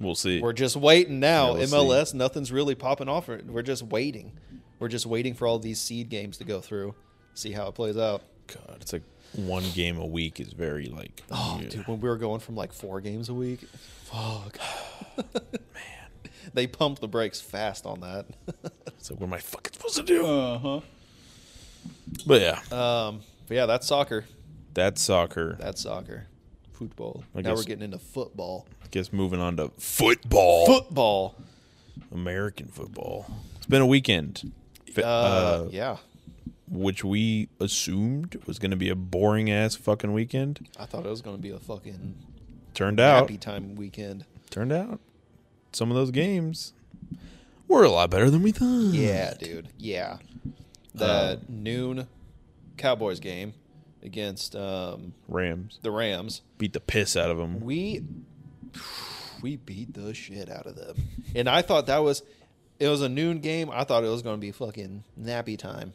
S2: We'll see.
S1: we're just waiting now.
S2: Yeah, we'll see.
S1: MLS, nothing's really popping off. We're just waiting. We're just waiting for all these seed games to go through, see how it plays out.
S2: God, it's like one game a week is very like.
S1: Oh,
S2: yeah.
S1: dude, when we were going from like four games a week, fuck, man, they pumped the brakes fast on that.
S2: It's like, what am I fucking supposed to do?
S3: Uh
S1: Uh-huh.
S3: huh.
S2: but yeah,
S1: um, but yeah, that's soccer.
S2: that's soccer.
S1: That's soccer, football.
S2: I
S1: now
S2: guess-
S1: we're getting into football.
S2: I guess moving on to football.
S1: Football.
S2: American football. It's been a weekend. Fi-
S1: Uh,
S2: uh,
S1: yeah,
S2: which we assumed was going to be a boring ass fucking weekend.
S1: I thought it was going to be a fucking
S2: Turned out,
S1: happy time weekend.
S2: turned out, some of those games were a lot better than we thought.
S1: Yeah,
S2: Hmm.
S1: dude. Yeah.
S2: Um,
S1: The noon Cowboys game against um,
S2: Rams
S1: the Rams.
S2: beat the piss out of them.
S1: We we beat the shit out of them. And I thought that was it was a noon game. I thought it was going to be fucking nappy time.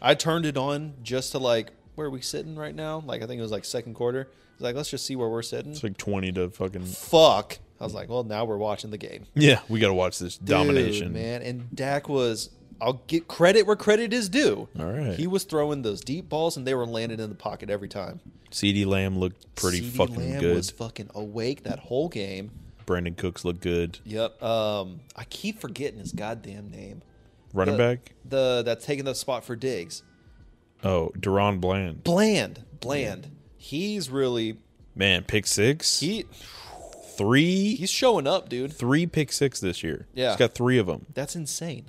S1: I turned it on just to like where are we sitting right now? Like I think it was like second quarter. It's like let's just see where we're sitting.
S2: It's like twenty to fucking.
S1: Fuck. I was like, well, now we're watching the game.
S2: Yeah, we got to watch this domination.
S1: Dude, man. And Dak was. I'll get credit where credit is due.
S2: All right.
S1: He was throwing those deep balls, and they were landing in the pocket every time.
S2: CD Lamb looked pretty
S1: CeeDee
S2: fucking
S1: Lamb
S2: good.
S1: Was fucking awake that whole game.
S2: Brandon Cooks looked good.
S1: Yep. Um, I keep forgetting his goddamn name.
S2: Running
S1: The-
S2: back.
S1: The that's taking the spot for Diggs.
S2: Oh, Deron Bland.
S1: Bland. Bland. He's really
S2: Man, pick six.
S1: he.
S2: three.
S1: He's showing up, dude.
S2: three pick six this year.
S1: Yeah.
S2: he's got three of them.
S1: That's insane.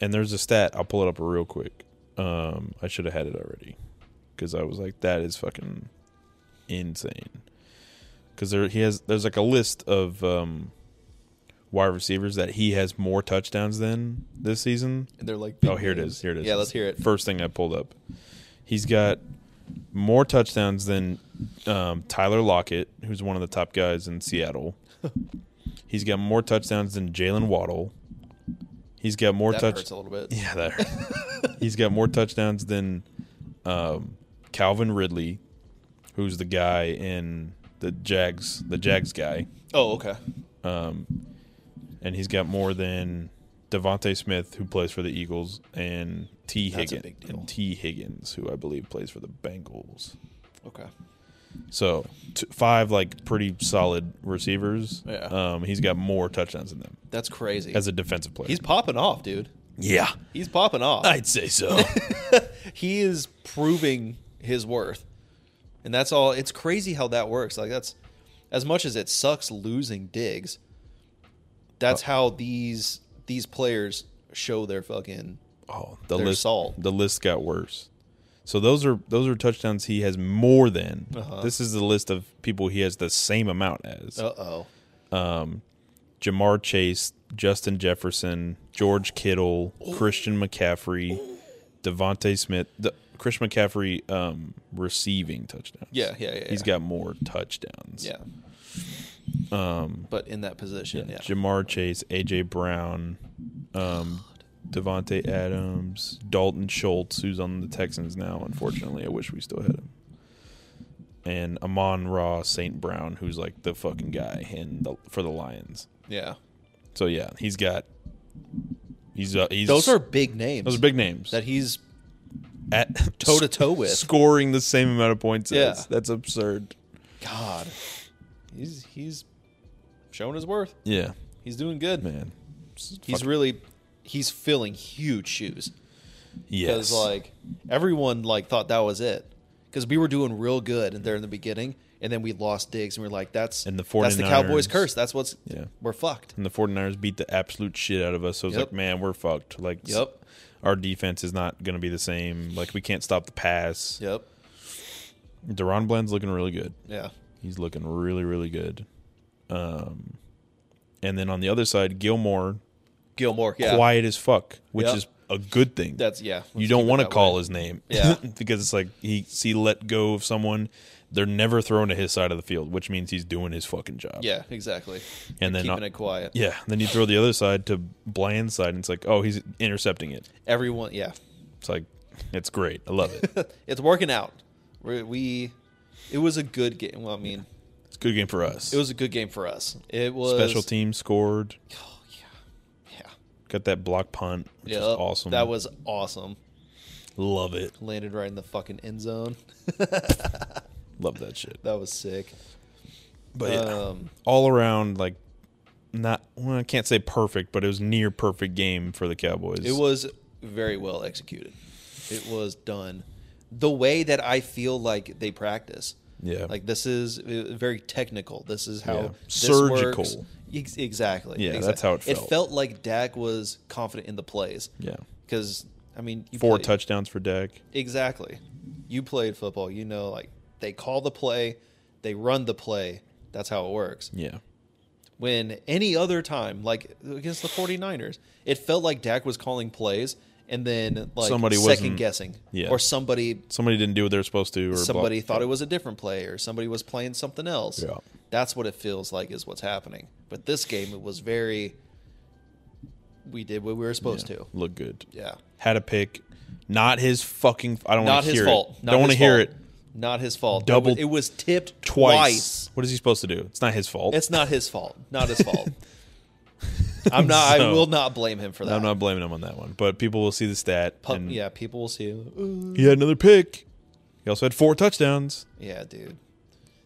S2: And there's a stat. I'll pull it up real quick. Um, I should have had it already because I was like, that is fucking insane. Because there he has there's like a list of um, wide receivers that he has more touchdowns than this season.
S1: And they're like,
S2: Oh, here it
S1: names.
S2: is. Here it is.
S1: Yeah, let's hear it.
S2: First thing I pulled up. He's got more touchdowns than um, Tyler Lockett, who's one of the top guys in Seattle. He's got more touchdowns than Jalen Waddle. He's got more
S1: that hurts
S2: touchdowns.
S1: a little bit.
S2: Yeah, that hurt. He's got more touchdowns than um, Calvin Ridley, who's the guy in the Jags, the Jags guy,
S1: Oh, okay.
S2: and he's got more than Devonte Smith, who plays for the Eagles, and T
S1: That's a
S2: Higgins,
S1: big deal.
S2: and T Higgins, who I believe plays for the Bengals.
S1: Okay.
S2: So t- five like pretty solid receivers.
S1: Yeah.
S2: Um, he's got more touchdowns than them
S1: That's crazy.
S2: as a defensive player.
S1: He's popping off, dude.
S2: yeah,
S1: He's popping off.
S2: I'd say so.
S1: he is proving his worth. And that's all. It's crazy how that works. Like that's as much as it sucks losing digs. That's how these these players show their fucking
S2: oh, the
S1: They're
S2: list
S1: salt.
S2: the list got worse. So those are those are touchdowns he has more than.
S1: Uh-huh.
S2: This is the list of people he has the same amount as.
S1: uh oh.
S2: Jamar Chase, Justin Jefferson, George Kittle, Christian McCaffrey, Devontae Smith. The, Christian McCaffrey um, receiving touchdowns.
S1: Yeah, yeah, yeah,
S2: He's
S1: yeah.
S2: got more touchdowns.
S1: Yeah. Um but in that position, yeah.
S2: Jamar Chase, AJ Brown, um, Devontae Adams, Dalton Schultz, who's on the Texans now. Unfortunately, I wish we still had him. And Amon Ra St. Brown, who's like the fucking guy in the, for the Lions.
S1: yeah.
S2: So yeah, he's got. He's uh, he's
S1: Those are big names.
S2: those are big names
S1: that he's
S2: at
S1: toe to toe with.
S2: scoring the same amount of points.
S1: Yeah.
S2: as. that's absurd.
S1: God. He's he's showing his worth.
S2: Yeah,
S1: He's doing good.
S2: man. It's
S1: He's
S2: fucking-
S1: really he's filling huge shoes. because
S2: yes.
S1: like everyone like thought that was it because we were doing real good there in the beginning and then we lost digs and we are like that's
S2: And the
S1: that's the cowboys
S2: 49ers.
S1: curse that's what's
S2: Yeah.
S1: we're fucked
S2: and the 49ers beat the absolute shit out of us. So it's
S1: Yep.
S2: like, man, we're fucked. Like, s-
S1: Yep.
S2: our defense is not going to be the same. Like, we can't stop the pass.
S1: yep
S2: Deron Bland's looking really good.
S1: yeah
S2: He's looking really, really good. Um, and then on the other side, Gilmore,
S1: gilmore yeah
S2: quiet as fuck, which
S1: Yep.
S2: is a good thing.
S1: that's yeah
S2: you
S1: let's
S2: don't
S1: keep it
S2: want to
S1: that
S2: call
S1: way.
S2: his name,
S1: Yeah.
S2: because it's like he see let go of someone. They're never thrown to his side of the field, which means he's doing his fucking job.
S1: yeah exactly
S2: And then
S1: keeping
S2: not-
S1: it quiet
S2: yeah. Then you throw the other side to Bland's side, and it's like, oh, he's intercepting it.
S1: everyone yeah
S2: It's like it's great. I love it.
S1: it's working out we, we it was a good game well i mean
S2: It's a good game for us.
S1: it was a good game for us it was
S2: special team scored.
S1: oh, yeah yeah
S2: Got that block punt, which
S1: yeah
S2: is awesome.
S1: that was awesome
S2: love it.
S1: landed right in the fucking end zone
S2: Love that shit.
S1: that was sick
S2: But yeah,
S1: Um,
S2: all around like not well, I can't say perfect, but it was near perfect game for the Cowboys.
S1: It was very well executed. It was done the way that I feel like they practice.
S2: yeah,
S1: Like this is uh, very technical. This is how
S2: Yeah.
S1: this
S2: Surgical.
S1: works. Ex- exactly.
S2: Yeah,
S1: exactly.
S2: that's how it
S1: It
S2: felt.
S1: felt like Dak was confident in the plays
S2: yeah.
S1: because I mean, you
S2: Four
S1: played-
S2: touchdowns for Dak.
S1: Exactly. You played football. You know, like they call the play, they run the play. That's how it works.
S2: Yeah,
S1: when any other time, like against the 49ers, it felt like Dak was calling plays and then like
S2: Somebody
S1: 2nd
S2: wasn't-
S1: guessing.
S2: Yeah.
S1: Or somebody
S2: somebody didn't do what they were supposed to, or blah-
S1: somebody thought it was a different play or somebody was playing something else.
S2: Yeah.
S1: That's what it feels like is what's happening. But this game it was very we did what we were supposed
S2: yeah,
S1: to.
S2: look good.
S1: Yeah.
S2: Had a pick, not his fucking. I don't
S1: Not
S2: want to
S1: his
S2: hear
S1: fault.
S2: it.
S1: Not
S2: don't want to
S1: his
S2: hear
S1: fault.
S2: it
S1: Not his fault.
S2: Double-
S1: it was, it was tipped
S2: twice.
S1: twice.
S2: What is he supposed to do? It's not his fault.
S1: It's not his fault. Not his fault. I'm not I
S2: So-
S1: will not blame him for that.
S2: I'm not blaming him on that one, but people will see the stat.
S1: Pu-
S2: and
S1: yeah, people will see. "Ooh."
S2: He had another pick. He also had four touchdowns.
S1: Yeah, dude.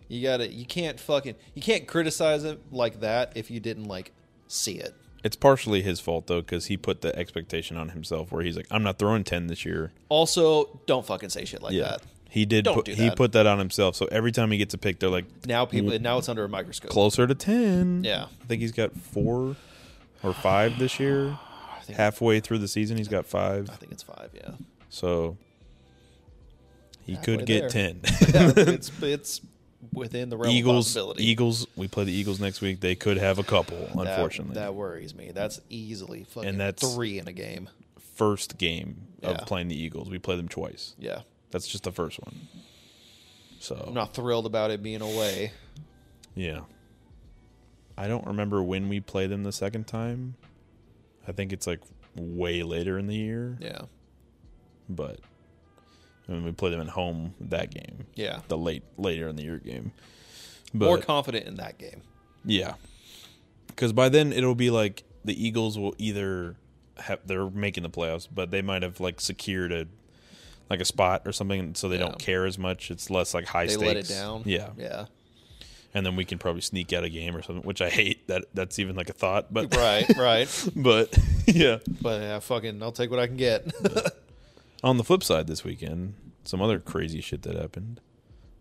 S1: You gotta you can't fucking you can't criticize it like that if you didn't like see it.
S2: It's partially his fault though, because he put the expectation on himself where he's like, "I'm not throwing ten this year."
S1: Also, don't fucking say shit like that.
S2: he did.
S1: Don't
S2: put,
S1: do
S2: He
S1: that.
S2: put that on himself. So every time he gets a pick, they're like
S1: Now people
S2: Mm-hmm.
S1: now it's under a microscope.
S2: closer to ten.
S1: Yeah.
S2: I think he's got four or five this year.
S1: think-
S2: Halfway through the season, he's got five.
S1: I think it's five, yeah.
S2: So he
S1: Halfway
S2: could get
S1: there.
S2: ten.
S1: Yeah, it's it's within the realm of
S2: Eagles,
S1: possibility.
S2: Eagles. We play the Eagles next week. They could have a couple,
S1: That-
S2: unfortunately.
S1: That, worries me. That's easily fucking
S2: And that's-
S1: three in a game.
S2: First game
S1: Yeah.
S2: of playing the Eagles, we play them twice.
S1: Yeah.
S2: That's just the first one. So
S1: I'm
S2: Oh.
S1: not thrilled about it being away.
S2: yeah, I don't remember when we play them the second time. I think it's like way later in the year,
S1: Yeah.
S2: but I mean, we play them at home that game,
S1: Yeah.
S2: the late later in the year game.
S1: More
S2: But
S1: confident in that game.
S2: Yeah. Because by then it'll be like the Eagles will either have they're making the playoffs, but they might have like secured a like a spot or something, so they don't
S1: Yeah.
S2: care as much. It's less like high
S1: They
S2: stakes.
S1: let it down.
S2: Yeah.
S1: Yeah.
S2: and then we can probably sneak out a game or something, which I hate that that's even like a thought. But
S1: Right, right.
S2: but yeah.
S1: but yeah, fucking, I'll take what I can get.
S2: On the flip side, this weekend, some other crazy shit that happened.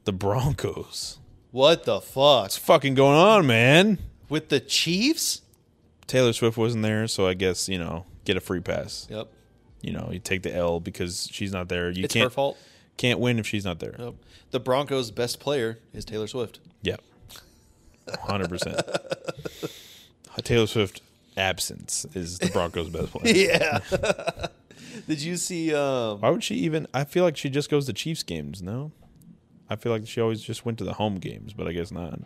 S2: The Broncos.
S1: what the fuck?
S2: What's fucking going on, man?
S1: With the Chiefs?
S2: Taylor Swift wasn't there, so I guess you know get a free pass.
S1: Yep.
S2: You know, you take the L because she's not there. You
S1: it's
S2: can't
S1: her fault.
S2: can't win if she's not there.
S1: Yep. The Broncos' best player is Taylor Swift.
S2: Yeah. 100%. Taylor Swift absence is the Broncos' best player.
S1: Yeah. Did you see? Um,
S2: Why would she even? I feel like she just goes to Chiefs games, no? I feel like she always just went to the home games, but I guess not.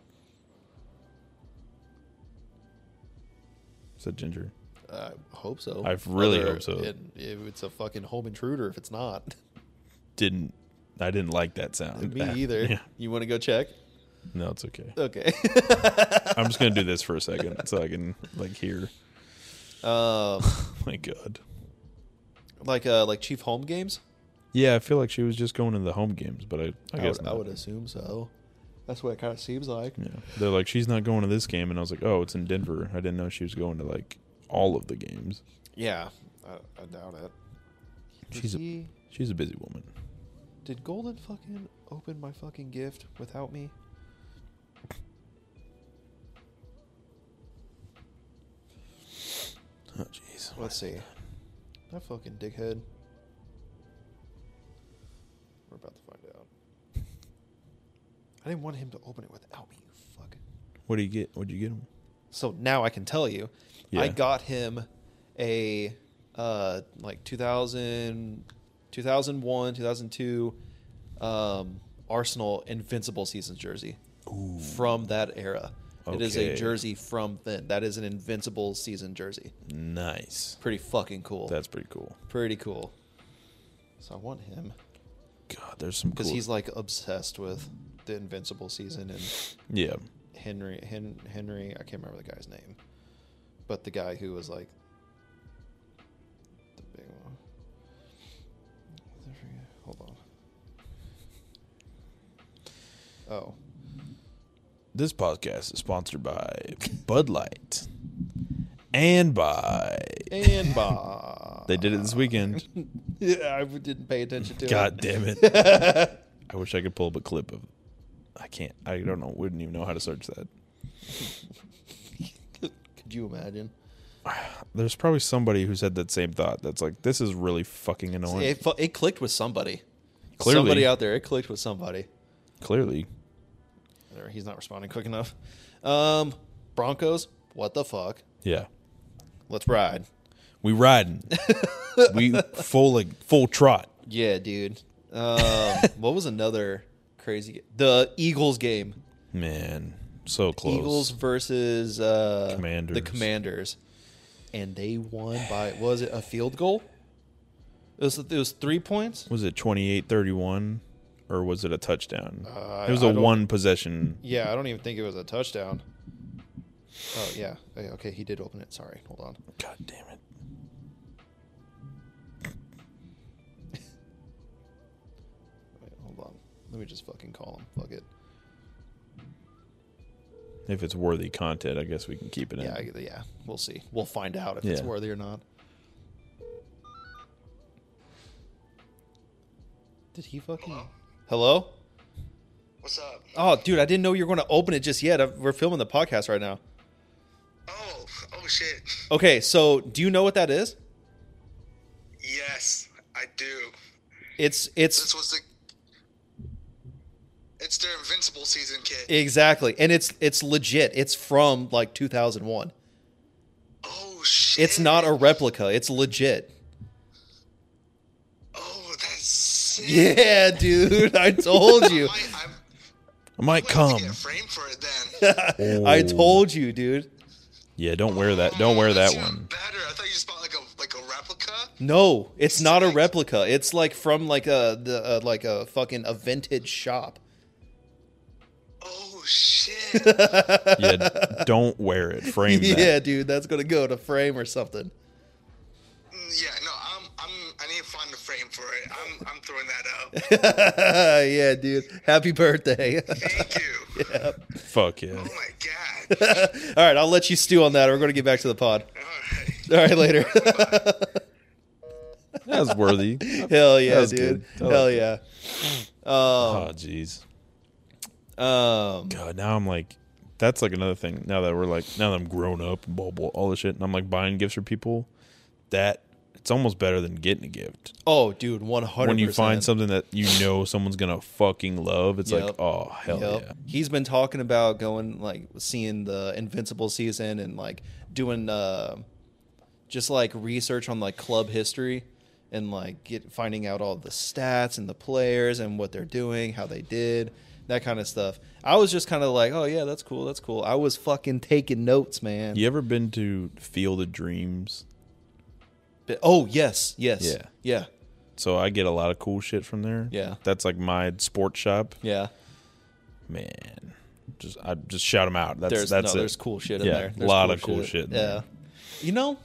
S2: Is that Ginger?
S1: I hope so.
S2: I really hope so.
S1: It, it- it's a fucking home intruder if it's not.
S2: Didn't. I didn't like that sound.
S1: Me either.
S2: Yeah.
S1: You want to go check?
S2: No, it's okay.
S1: Okay.
S2: I'm just gonna do this for a second so I can like hear.
S1: um,
S2: My God.
S1: like uh, like Chief home games.
S2: Yeah, I feel like she was just going to the home games, but I, I
S1: I,
S2: guess
S1: would,
S2: not. Mm.
S1: I would assume so. That's what it kind of seems like.
S2: Yeah. They're like, she's not going to this game. And I was like, oh, it's in Denver. I didn't know she was going to like all of the games.
S1: Yeah, I, I doubt it. Did
S2: She's a-
S1: he-
S2: She's a busy woman.
S1: did Golden fucking open my fucking gift without me?
S2: Oh, jeez.
S1: Let's see. That fucking dickhead. We're about to find out. I didn't want him to open it without me, you fucking.
S2: What do you get? What'd you get him?
S1: So now I can tell you.
S2: Yeah.
S1: I got him a uh like 2000 2001, 2002 um Arsenal Invincible Seasons jersey
S2: Ooh.
S1: from that era. It is a
S2: Okay.
S1: jersey from then. That is an Invincible season jersey.
S2: Nice.
S1: Pretty fucking cool.
S2: That's pretty cool.
S1: pretty cool. So I want him
S2: God, there's some
S1: because
S2: cool.
S1: he's like obsessed with the Invincible season and
S2: yeah.
S1: Henry Hen, Henry. I can't remember the guy's name, but the guy who was like the big one. Hold on. Oh,
S2: This podcast is sponsored by Bud Light and by.
S1: and Bob.
S2: They did it this weekend.
S1: yeah, I didn't pay attention to
S2: God
S1: it.
S2: damn it. I wish I could pull up a clip of. I can't. I don't know. Wouldn't even know how to search that.
S1: Could you imagine?
S2: There's probably somebody who's had that same thought. That's like, this is really fucking annoying.
S1: It, fu- it clicked with somebody.
S2: Clearly.
S1: Somebody out there, it clicked with somebody.
S2: Clearly,
S1: Or He's not responding quick enough. Um, Broncos, what the fuck?
S2: yeah.
S1: Let's ride.
S2: We riding. we full like full trot.
S1: Yeah, dude. Um, what was another crazy? The Eagles game.
S2: Man, so close.
S1: Eagles versus uh,
S2: Commanders.
S1: the Commanders, and they won by was it a field goal? It was it was three points.
S2: Was it 28-31 or was it a touchdown?
S1: Uh,
S2: it was
S1: I
S2: a
S1: don't-
S2: one possession.
S1: Yeah, I don't even think it was a touchdown. Oh yeah, Hey, okay, he did open it. Sorry, hold on.
S2: God damn it.
S1: Wait, hold on. Let me just fucking call him. Fuck it.
S2: If it's worthy content, I guess we can keep it in.
S1: Yeah, I- yeah. We'll see. We'll find out if it's
S2: Yeah.
S1: worthy or not. Did he fucking? Hello?
S3: What's up?
S1: Oh, dude, I didn't know you were going to open it just yet. I- We're filming the podcast right now.
S3: Oh, oh shit.
S1: Okay, so do you know what that is?
S3: Yes, I do.
S1: It's
S3: This
S1: it's
S3: was the. It's their Invincible season kit.
S1: exactly, and it's it's legit. It's from like 2001.
S3: oh shit.
S1: It's not a replica. It's legit.
S3: Oh, that's sick.
S1: Yeah, dude, I told you.
S3: I, I,
S2: I might
S3: I
S2: come.
S3: get a frame for it then.
S1: I told you, dude.
S2: Yeah, don't wear that. Don't wear
S3: That's
S2: that
S3: Oh, even
S2: one.
S3: Better. I thought you just bought like a like a replica.
S1: No, it's not a
S3: Sick.
S1: replica. It's like from like a the uh, like a fucking a vintage shop.
S3: Oh shit. That's
S2: Yeah, don't wear it. Frame
S1: yeah,
S2: that.
S1: dude, that's gonna go to frame or something.
S3: Mm, yeah. No, I'm. I'm. I need to find the frame for it. I'm I'm throwing that up.
S1: Uh, yeah, dude. Happy birthday.
S3: Thank you.
S2: Fuck yeah.
S3: Oh my god.
S1: All right, I'll let you stew on that. We're going to get back to the pod.
S3: All right.
S1: All right, later.
S2: That was worthy.
S1: Hell yeah,
S2: was
S1: dude.
S2: good. That
S1: Hell
S2: was
S1: yeah.
S2: Oh jeez.
S1: Um,
S2: God, now I'm like, that's like another thing. Now that we're like, now that I'm grown up, blah blah, all this shit, and I'm like buying gifts for people. That it's almost better than getting a gift.
S1: oh, dude, one hundred.
S2: When you find something that you know someone's gonna fucking love, it's
S1: Yep.
S2: like, oh hell yeah.
S1: He's been talking about going like seeing the Invincible season and like doing uh, just like research on like club history and like get finding out all the stats and the players and what they're doing, how they did, that kind of stuff. I was just kind of like, oh yeah, that's cool, that's cool. I was fucking taking notes, man.
S2: You ever been to Field of Dreams?
S1: But- oh yes, yes,
S2: Yeah.
S1: yeah,
S2: So I get a lot of cool shit from there.
S1: Yeah.
S2: that's like my sports shop.
S1: yeah.
S2: Man, just I just shout them out. That's
S1: There's
S2: that's
S1: no,
S2: it.
S1: there's cool shit in
S2: Yeah,
S1: there.
S2: a
S1: There's
S2: lot of cool shit in
S1: Yeah,
S2: there.
S1: you know,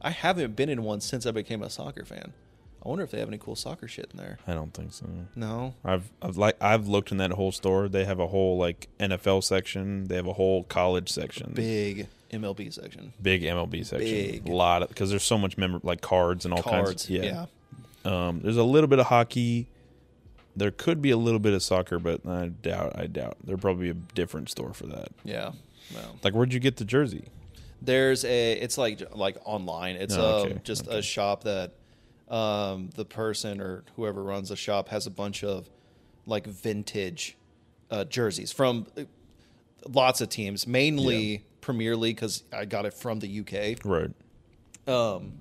S1: I haven't been in one since I became a soccer fan. I wonder if they have any cool soccer shit in there.
S2: I don't think so.
S1: No,
S2: I've I've like I've looked in that whole store. They have a whole like NFL section. They have a whole college section.
S1: big MLB section,
S2: Big MLB section.
S1: Big.
S2: A lot of because there's so much member like cards and all kinds.
S1: cards.
S2: Of,
S1: yeah.
S2: Um. There's a little bit of hockey. There could be a little bit of soccer, but I doubt. I doubt. There'd probably be a different store for that.
S1: yeah, Well,
S2: Like, where'd you get the jersey?
S1: there's a. It's like like online. It's
S2: Oh,
S1: um,
S2: okay,
S1: just a shop that um, the person or whoever runs the shop has a bunch of like vintage uh, jerseys from uh, lots of teams, mainly Premier League because I got it from the UK.
S2: Right.
S1: um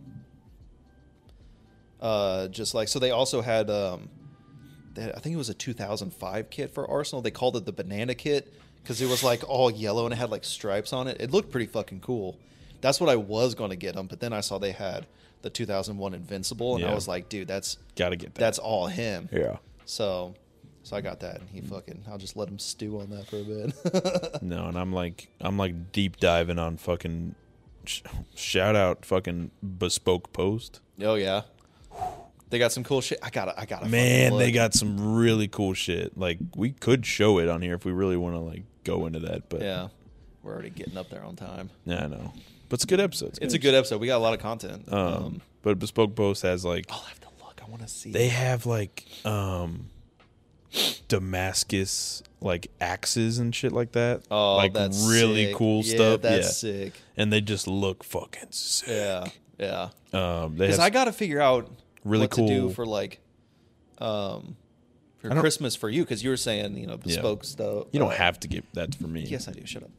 S1: uh just like so they also had um they had, i think it was a 2005 kit for arsenal they called it the banana kit because it was like all yellow and it had like stripes on it it looked pretty fucking cool that's what i was going to get them but then i saw they had the 2001 invincible and i
S2: Yeah.
S1: was like dude that's
S2: Got to get that.
S1: that's all him
S2: yeah.
S1: so so i got that and he fucking i'll just let him stew on that for a bit
S2: No, and I'm like I'm like deep diving on fucking sh- shout out fucking bespoke post.
S1: oh yeah they got some cool shit i gotta i gotta fucking
S2: Man, they
S1: look.
S2: got some really cool shit. Like we could show it on here if we really want to like go into that, but
S1: Yeah, we're already getting up there on time.
S2: yeah, I know. But it's a good episode.
S1: It's a good episode. We got a lot of content.
S2: um, but bespoke post has like
S1: I'll have to look. I want to see.
S2: they have like um Damascus like axes and shit like that.
S1: oh,
S2: like
S1: that's
S2: really
S1: sick.
S2: cool
S1: yeah,
S2: stuff.
S1: That's
S2: yeah.
S1: sick.
S2: And they just look fucking sick.
S1: Yeah, yeah.
S2: Um they
S1: Because
S2: have
S1: I got to figure out
S2: really
S1: what to do
S2: cool-
S1: for like, um, for
S2: I don't-
S1: Christmas for you because you were saying you know bespoke stuff.
S2: You don't
S1: uh,
S2: have to get that for me.
S1: Yes, I do. Shut up.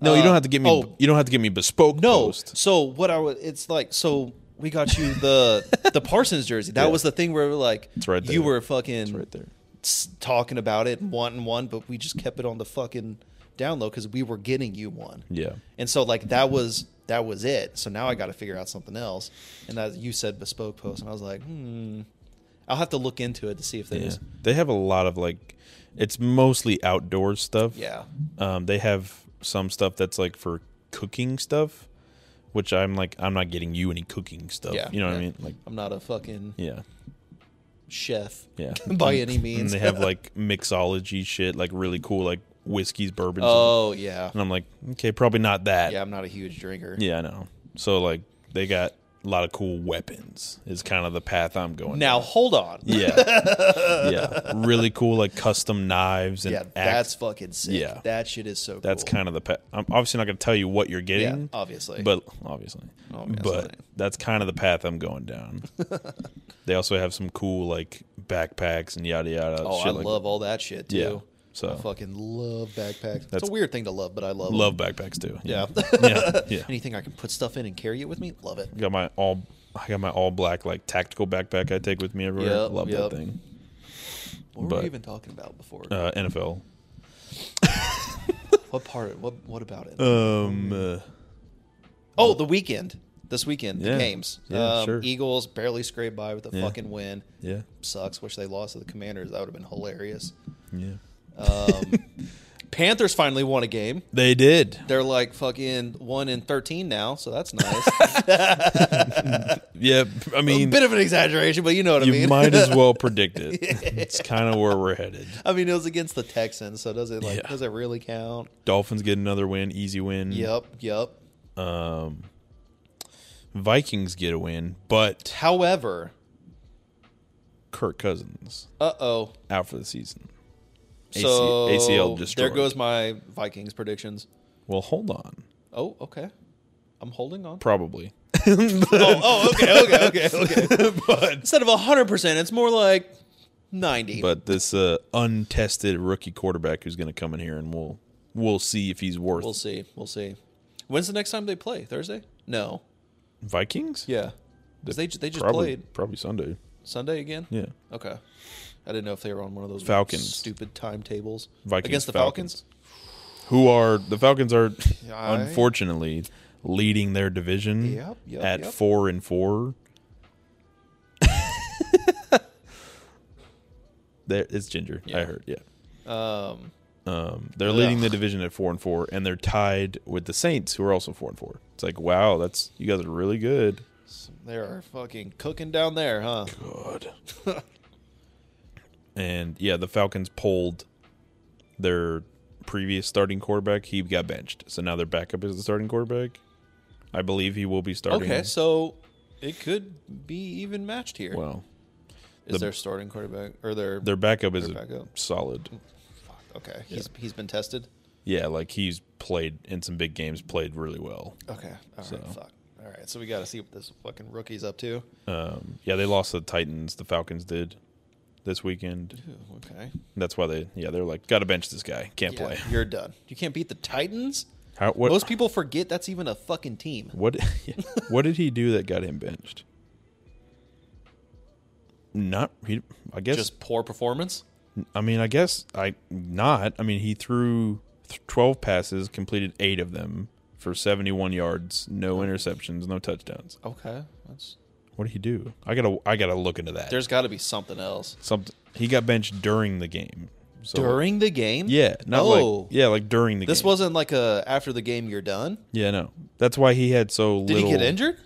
S2: No, you
S1: Uh,
S2: don't have to give me.
S1: oh.
S2: you don't have to give me bespoke.
S1: No.
S2: post.
S1: So what I was, it's like so we got you the the Parsons jersey. That
S2: Yeah.
S1: was the thing where we were like
S2: It's right
S1: you
S2: there.
S1: were fucking
S2: It's right there.
S1: s- talking about it and wanting one, but we just kept it on the fucking down low because we were getting you one.
S2: Yeah.
S1: And so like that was that was it. So now I got to figure out something else. And as you said, bespoke post, and I was like, hmm, I'll have to look into it to see if
S2: Yeah.
S1: there's
S2: They have a lot of like, it's mostly outdoor stuff.
S1: yeah.
S2: Um, they have some stuff that's like for cooking stuff, which I'm like, I'm not getting you any cooking stuff.
S1: Yeah,
S2: Oh, You know what I
S1: yeah.
S2: mean? Like,
S1: I'm not a fucking
S2: yeah,
S1: chef
S2: yeah.
S1: by any
S2: and
S1: means.
S2: they have like mixology shit, like really cool, like whiskeys, bourbons.
S1: oh yeah,
S2: and I'm like, okay, probably not that.
S1: yeah. I'm not a huge drinker.
S2: Yeah, I know. So like, they got a lot of cool weapons. Is kind of the path I'm going.
S1: Now hold on.
S2: Yeah. yeah. Really cool, like custom knives and
S1: Yeah,
S2: axe.
S1: that's fucking sick.
S2: Yeah.
S1: That shit is so
S2: that's
S1: cool.
S2: kind of the. Pa- I'm obviously not going to tell you what you're getting.
S1: Yeah, obviously.
S2: But obviously.
S1: Obviously.
S2: But that's kind of the path I'm going down. they also have some cool, like, backpacks and yada yada.
S1: Oh,
S2: shit
S1: I
S2: like-
S1: love all that shit too.
S2: Yeah. So
S1: I fucking love backpacks. it's
S2: That's-
S1: a weird thing to love, but I love 'em.
S2: love backpacks too.
S1: Yeah.
S2: Yeah. yeah.
S1: Anything I can put stuff in and carry it with me, love it.
S2: Got my all. I got my all black like tactical backpack I take with me everywhere.
S1: Yep,
S2: love
S1: yep.
S2: that thing.
S1: What were
S2: But-
S1: we even talking about before?
S2: Uh, NFL.
S1: what part? What What about it?
S2: Um. uh,
S1: oh, the weekend. This weekend, the
S2: Yeah.
S1: games.
S2: Yeah,
S1: um,
S2: sure.
S1: Eagles barely scraped by with a
S2: Yeah.
S1: fucking win.
S2: yeah.
S1: Sucks. Wish they lost to the Commanders. That would have been hilarious.
S2: Yeah.
S1: Um, Panthers finally won a game.
S2: They did.
S1: They're like fucking one in thirteen now, so that's nice.
S2: Yeah, I
S1: a
S2: mean,
S1: bit of an exaggeration, but you know what
S2: you
S1: I mean.
S2: might as well predict it. It's kind of where we're headed.
S1: I mean, it was against the Texans, so does it like
S2: Yeah. Mm.
S1: does it really count?
S2: Dolphins get another win, easy win.
S1: Yep, yep.
S2: Vikings get a win, but
S1: However,
S2: Kirk Cousins
S1: uh oh.
S2: out for the season. AC
S1: So
S2: ACL destroyed.
S1: There goes my Vikings predictions.
S2: Well, hold on.
S1: Oh, okay. I'm holding on.
S2: Probably.
S1: oh, oh, okay, okay, okay, okay. Instead of hundred percent, it's more like ninety.
S2: But this uh, untested rookie quarterback who's going to come in here and we'll we'll see if he's worth
S1: we'll see. We'll see. When's the next time they play? Thursday? No.
S2: Vikings.
S1: Yeah. 'Cause they ju- they just
S2: probably,
S1: played
S2: probably Sunday.
S1: Sunday again.
S2: Yeah,
S1: Okay. I didn't know if they were on one of those
S2: Falcons.
S1: stupid timetables
S2: Vikings,
S1: against the
S2: Falcons.
S1: Falcons.
S2: who are the Falcons are
S1: I-
S2: unfortunately leading their division
S1: Yep, yep,
S2: at
S1: yep.
S2: four and four. there, it's Ginger. I
S1: Yeah.
S2: heard. Yeah.
S1: Um,
S2: Um, they're leading the
S1: Ugh.
S2: division at four and four, and they're tied with the Saints, who are also four and four. It's like, wow, that's you guys are really good.
S1: they are fucking cooking down there, huh?
S2: Good. and yeah, the Falcons pulled their previous starting quarterback. He got benched, so now their backup is the starting quarterback. I believe he will be starting.
S1: Okay, so it could be even matched here. Is
S2: well, the-
S1: their starting quarterback or their,
S2: their backup is
S1: Their backup.
S2: solid.
S1: okay? He's he's been tested.
S2: Yeah, like he's played in some big games, played really well.
S1: Okay, all right,
S2: So-
S1: fuck. All right, so we got to see what this fucking rookie's up to.
S2: Um, yeah, they lost to the Titans. The Falcons did this weekend.
S1: Ooh, okay,
S2: That's why they, yeah, they're like, gotta bench this guy. Can't
S1: yeah,
S2: play.
S1: you're done. You can't beat the Titans.
S2: How, what,
S1: Most people forget that's even a fucking team.
S2: what, what did he do that got him benched? Not, he, I guess.
S1: Just poor performance.
S2: I mean, I guess I not. I mean, he threw th- twelve passes, completed eight of them for seventy-one yards, no interceptions, no touchdowns.
S1: Okay, that's
S2: What did he do? I gotta, I gotta look into that.
S1: there's got to be something else
S2: something. He got benched during the game. So,
S1: during the game.
S2: Yeah, not
S1: oh,
S2: like yeah, like during the
S1: This
S2: game.
S1: wasn't like a after the game you're done.
S2: Yeah, no. That's why he had so
S1: Did
S2: little.
S1: he get injured?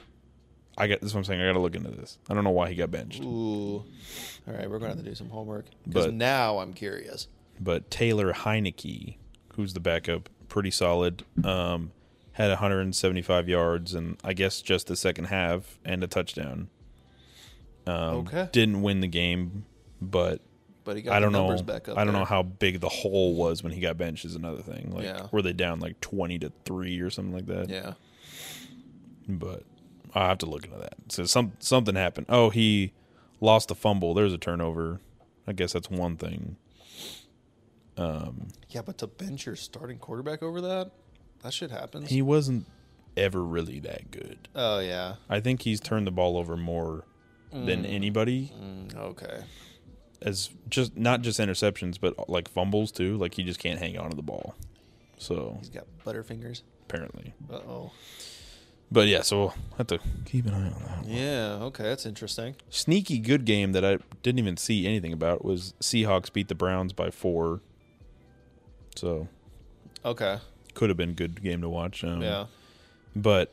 S2: I got. That's what I'm saying. I gotta look into this. I don't know why he got benched,
S1: Ooh. All right, we're going to have to do some homework. Because
S2: But-
S1: now I'm curious.
S2: but Taylor Heineke, who's the backup, pretty solid. Um, had 175 yards and I guess just the second half and a touchdown. Um,
S1: Okay.
S2: Didn't win the game, but
S1: But he got
S2: I don't
S1: the
S2: know.
S1: numbers back up.
S2: I don't know
S1: there.
S2: how big the hole was when he got benched is another thing. Like,
S1: Yeah.
S2: were they down like 20 to three or something like that?
S1: Yeah.
S2: but I have to look into that. So some something happened. Oh, he lost a fumble. There's a turnover. I guess that's one thing. Um,
S1: Yeah, but to bench your starting quarterback over that, that shit happens.
S2: He wasn't ever really that good.
S1: oh, yeah.
S2: I think he's turned the ball over more than anybody
S1: Mm, okay.
S2: as just not just interceptions but like fumbles too. Like he just can't hang on to the ball. So
S1: He's got butterfingers.
S2: apparently.
S1: Uh oh.
S2: But yeah, so we'll have to keep an eye on that. one.
S1: Yeah, okay. That's interesting.
S2: Sneaky good game that I didn't even see anything about was Seahawks beat the Browns by 4. So
S1: Okay.
S2: could have been a good game to watch. Um,
S1: Yeah.
S2: But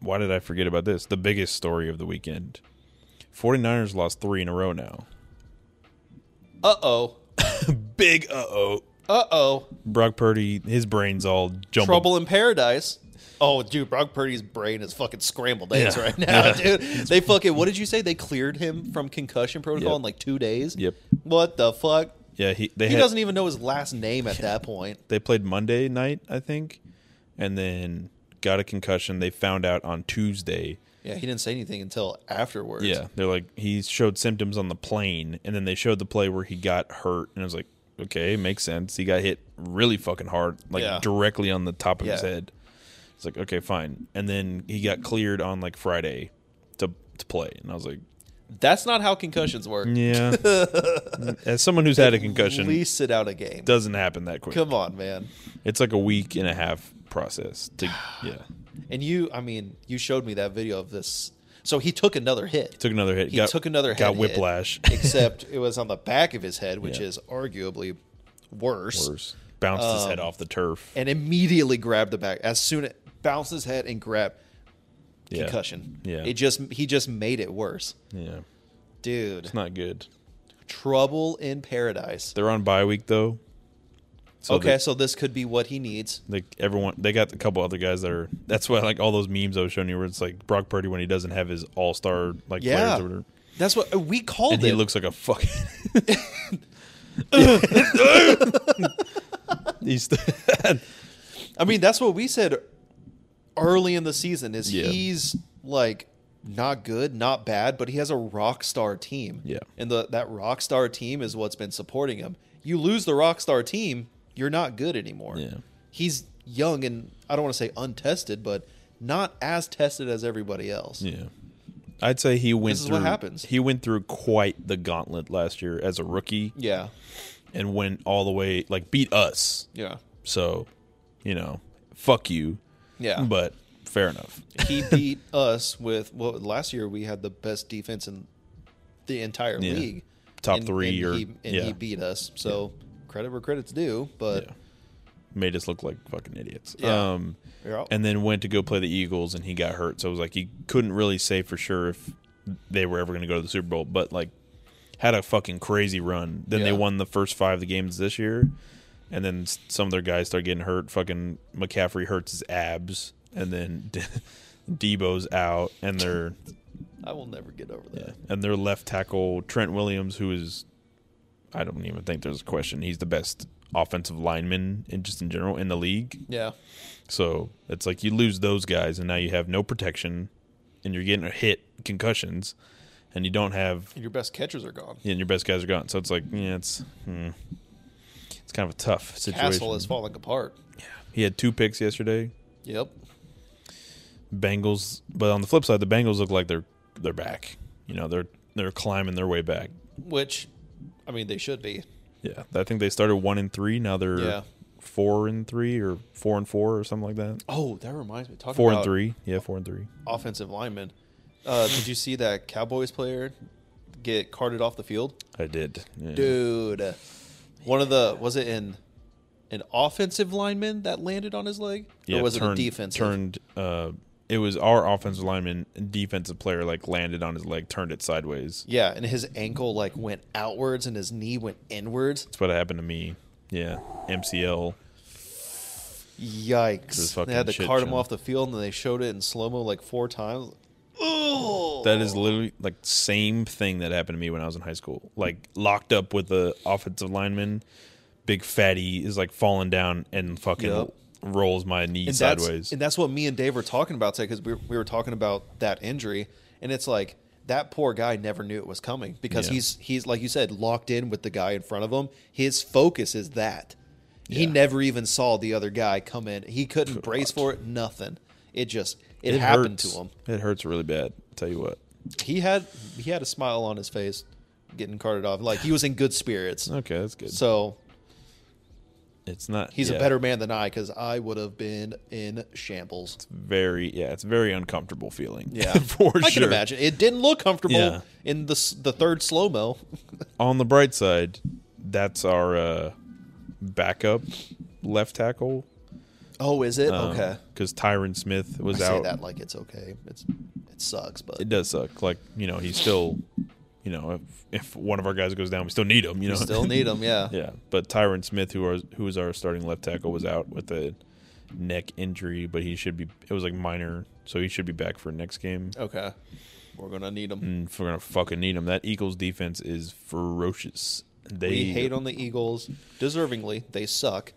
S2: why did I forget about this? The biggest story of the weekend 49ers lost three in a row now.
S1: Uh oh.
S2: Big uh oh.
S1: Uh oh.
S2: Brock Purdy, his brain's all jumbled.
S1: Trouble in Paradise. Oh, dude, Brock Purdy's brain is fucking scrambled eggs
S2: Yeah.
S1: right now, dude. They fucking, what did you say? They cleared him from concussion protocol
S2: Yep.
S1: in like two days?
S2: Yep.
S1: What the fuck?
S2: Yeah, he, they
S1: He
S2: had-
S1: doesn't e- even know his last name at that point.
S2: They played Monday night, I think, and then got a concussion. They found out on Tuesday.
S1: Yeah, he didn't say anything until afterwards.
S2: Yeah, they're like he showed symptoms on the plane, and then they showed the play where he got hurt, and I was like, okay, makes sense. He got hit really fucking hard, like
S1: Yeah.
S2: directly on the top of his
S1: Yeah.
S2: head. It's like okay, fine, and then he got cleared on like Friday to to play, and I was like,
S1: That's not how concussions work.
S2: yeah. As someone who's had a concussion,
S1: At least sit out a game.
S2: doesn't happen that quick.
S1: Come on, man.
S2: It's like a week and a half process. To, yeah,
S1: And you, I mean, you showed me that video of this. So he took another hit.
S2: took another hit.
S1: he took another head
S2: Got
S1: hit,
S2: whiplash.
S1: except it was on the back of his head, which
S2: Yeah.
S1: is arguably worse.
S2: Worse. bounced his head off the turf.
S1: Um, and immediately grabbed the back as soon as bounced his head and grabbed
S2: Yeah.
S1: concussion.
S2: Yeah.
S1: It just he just made it worse.
S2: Yeah,
S1: Dude.
S2: it's not good.
S1: Trouble in paradise.
S2: They're on bye week though. So
S1: okay,
S2: they-
S1: so this could be what he needs.
S2: like everyone they got a couple other guys that are that's why like all those memes I was showing you where it's like Brock Purdy when he doesn't have his all star like
S1: Yeah.
S2: players or whatever.
S1: That's what we called
S2: And
S1: it.
S2: he looks like a fucking He's
S1: I mean, that's what we said early in the season is
S2: Yeah.
S1: he's like not good, not bad, but he has a rock star team.
S2: Yeah.
S1: And the that rock star team is what's been supporting him. You lose the rock star team, you're not good anymore.
S2: Yeah.
S1: He's young and I don't want to say untested, but not as tested as everybody else.
S2: Yeah. I'd say he went
S1: This is
S2: through
S1: what happens.
S2: he went through quite the gauntlet last year as a rookie
S1: Yeah.
S2: and went all the way like beat us.
S1: Yeah.
S2: So, you know, fuck you.
S1: Yeah.
S2: But fair enough.
S1: he beat us with well last year we had the best defense in the entire
S2: Yeah.
S1: league
S2: Top
S1: And-
S2: three
S1: and
S2: or-
S1: he, and
S2: yeah.
S1: he beat us so credit where credit's due but
S2: Yeah. Made us look like fucking idiots.
S1: Yeah.
S2: Um
S1: yeah,
S2: and then went to go play the Eagles and he got hurt. So it was like he couldn't really say for sure if they were ever going to go to the Super Bowl, but like had a fucking crazy run. Then they
S1: Yeah.
S2: won the first five of the games this year, and then s- some of their guys start getting hurt. Fucking McCaffrey hurts his abs, and then Debo's out, and their
S1: I will never get over that
S2: and their left tackle Trent Williams, who is I don't even think there's a question. He's the best offensive lineman in just in general in the league.
S1: yeah
S2: So it's like you lose those guys, and now you have no protection, and you're getting hit concussions, and you don't have,
S1: and your best catchers are gone
S2: and your best guys are gone. So it's like, yeah, it's hmm, it's kind of a tough situation.
S1: Castle is falling apart
S2: He had two picks yesterday.
S1: yep
S2: Bengals, but on the flip side, the Bengals look like they're they're back. You know, they're they're climbing their way back.
S1: which I mean they should be
S2: Yeah, I think they started one and three. Now they're
S1: Yeah.
S2: four and three or four and four or something like that.
S1: oh that reminds me talking
S2: Four
S1: about
S2: and three. Yeah, four and three.
S1: offensive linemen uh, did you see that Cowboys player get carted off the field
S2: I did. Yeah.
S1: dude. One of the was it in an offensive lineman that landed on his leg, or was it a defensive?
S2: Turned. Uh, it was our offensive lineman, defensive player, like landed on his leg, turned it sideways.
S1: Yeah, and his ankle like went outwards, and his knee went inwards.
S2: That's what happened to me. Yeah, MCL.
S1: Yikes!
S2: This
S1: They had
S2: fucking
S1: to
S2: shit
S1: cart him
S2: show.
S1: off the field, and they showed it in slow mo like four times. Oh,
S2: That is literally like same thing that happened to me when I was in high school. Like locked up with the offensive lineman, big fatty is like falling down and fucking
S1: Yep.
S2: rolls my knee
S1: and that's,
S2: sideways.
S1: And that's what me and Dave were talking about today because we, were- we were talking about that injury, and it's like that poor guy never knew it was coming because
S2: Yeah.
S1: he's he's like you said locked in with the guy in front of him. His focus is that he
S2: Yeah.
S1: never even saw the other guy come in. He couldn't brace for it. Nothing. It just it, happened
S2: hurts.
S1: to him.
S2: It hurts really bad. Tell you what.
S1: He had he had a smile on his face, getting carted off. Like he was in good spirits.
S2: Okay, that's good.
S1: So
S2: it's not.
S1: he's
S2: yeah.
S1: a better man than I because I would have been in shambles.
S2: very yeah, it's a very uncomfortable feeling.
S1: Yeah,
S2: for
S1: I can
S2: sure.
S1: imagine it didn't look comfortable
S2: Yeah.
S1: in the s- the third slow mo.
S2: On the bright side, that's our uh, backup left tackle.
S1: Oh, is it okay?
S2: Because Tyron Smith
S1: I
S2: was
S1: say
S2: Um, out.
S1: that like it's okay. It's it sucks, but
S2: It does suck. Like you know, he's still, you know, if, if one of our guys goes down, we still need him. You know,
S1: we still need him. Yeah,
S2: yeah, but Tyron Smith, who was who was our starting left tackle, was out with a neck injury, but he should be. It was like minor, so he should be back for next game.
S1: Okay, we're gonna need him.
S2: And if we're gonna fucking need him. That Eagles defense is ferocious. They
S1: We hate on the Eagles deservingly. They suck.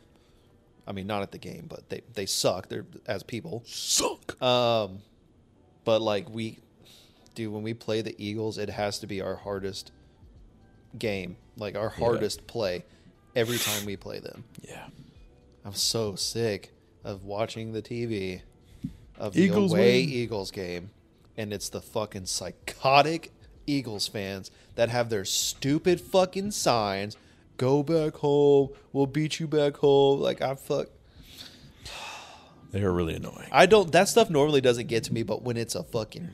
S1: I mean, not at the game, but they they suck. They're as people.
S2: suck.
S1: Um, but like we, dude, when we play the Eagles, it has to be our hardest game, like our hardest play, every time we play them.
S2: yeah.
S1: I'm so sick of watching the TV of
S2: Eagles
S1: the away
S2: win.
S1: Eagles game, and it's the fucking psychotic Eagles fans that have their stupid fucking signs. Go back home. We'll beat you back home. Like I fuck.
S2: They are really annoying.
S1: I don't. That stuff normally doesn't get to me, but when it's a fucking,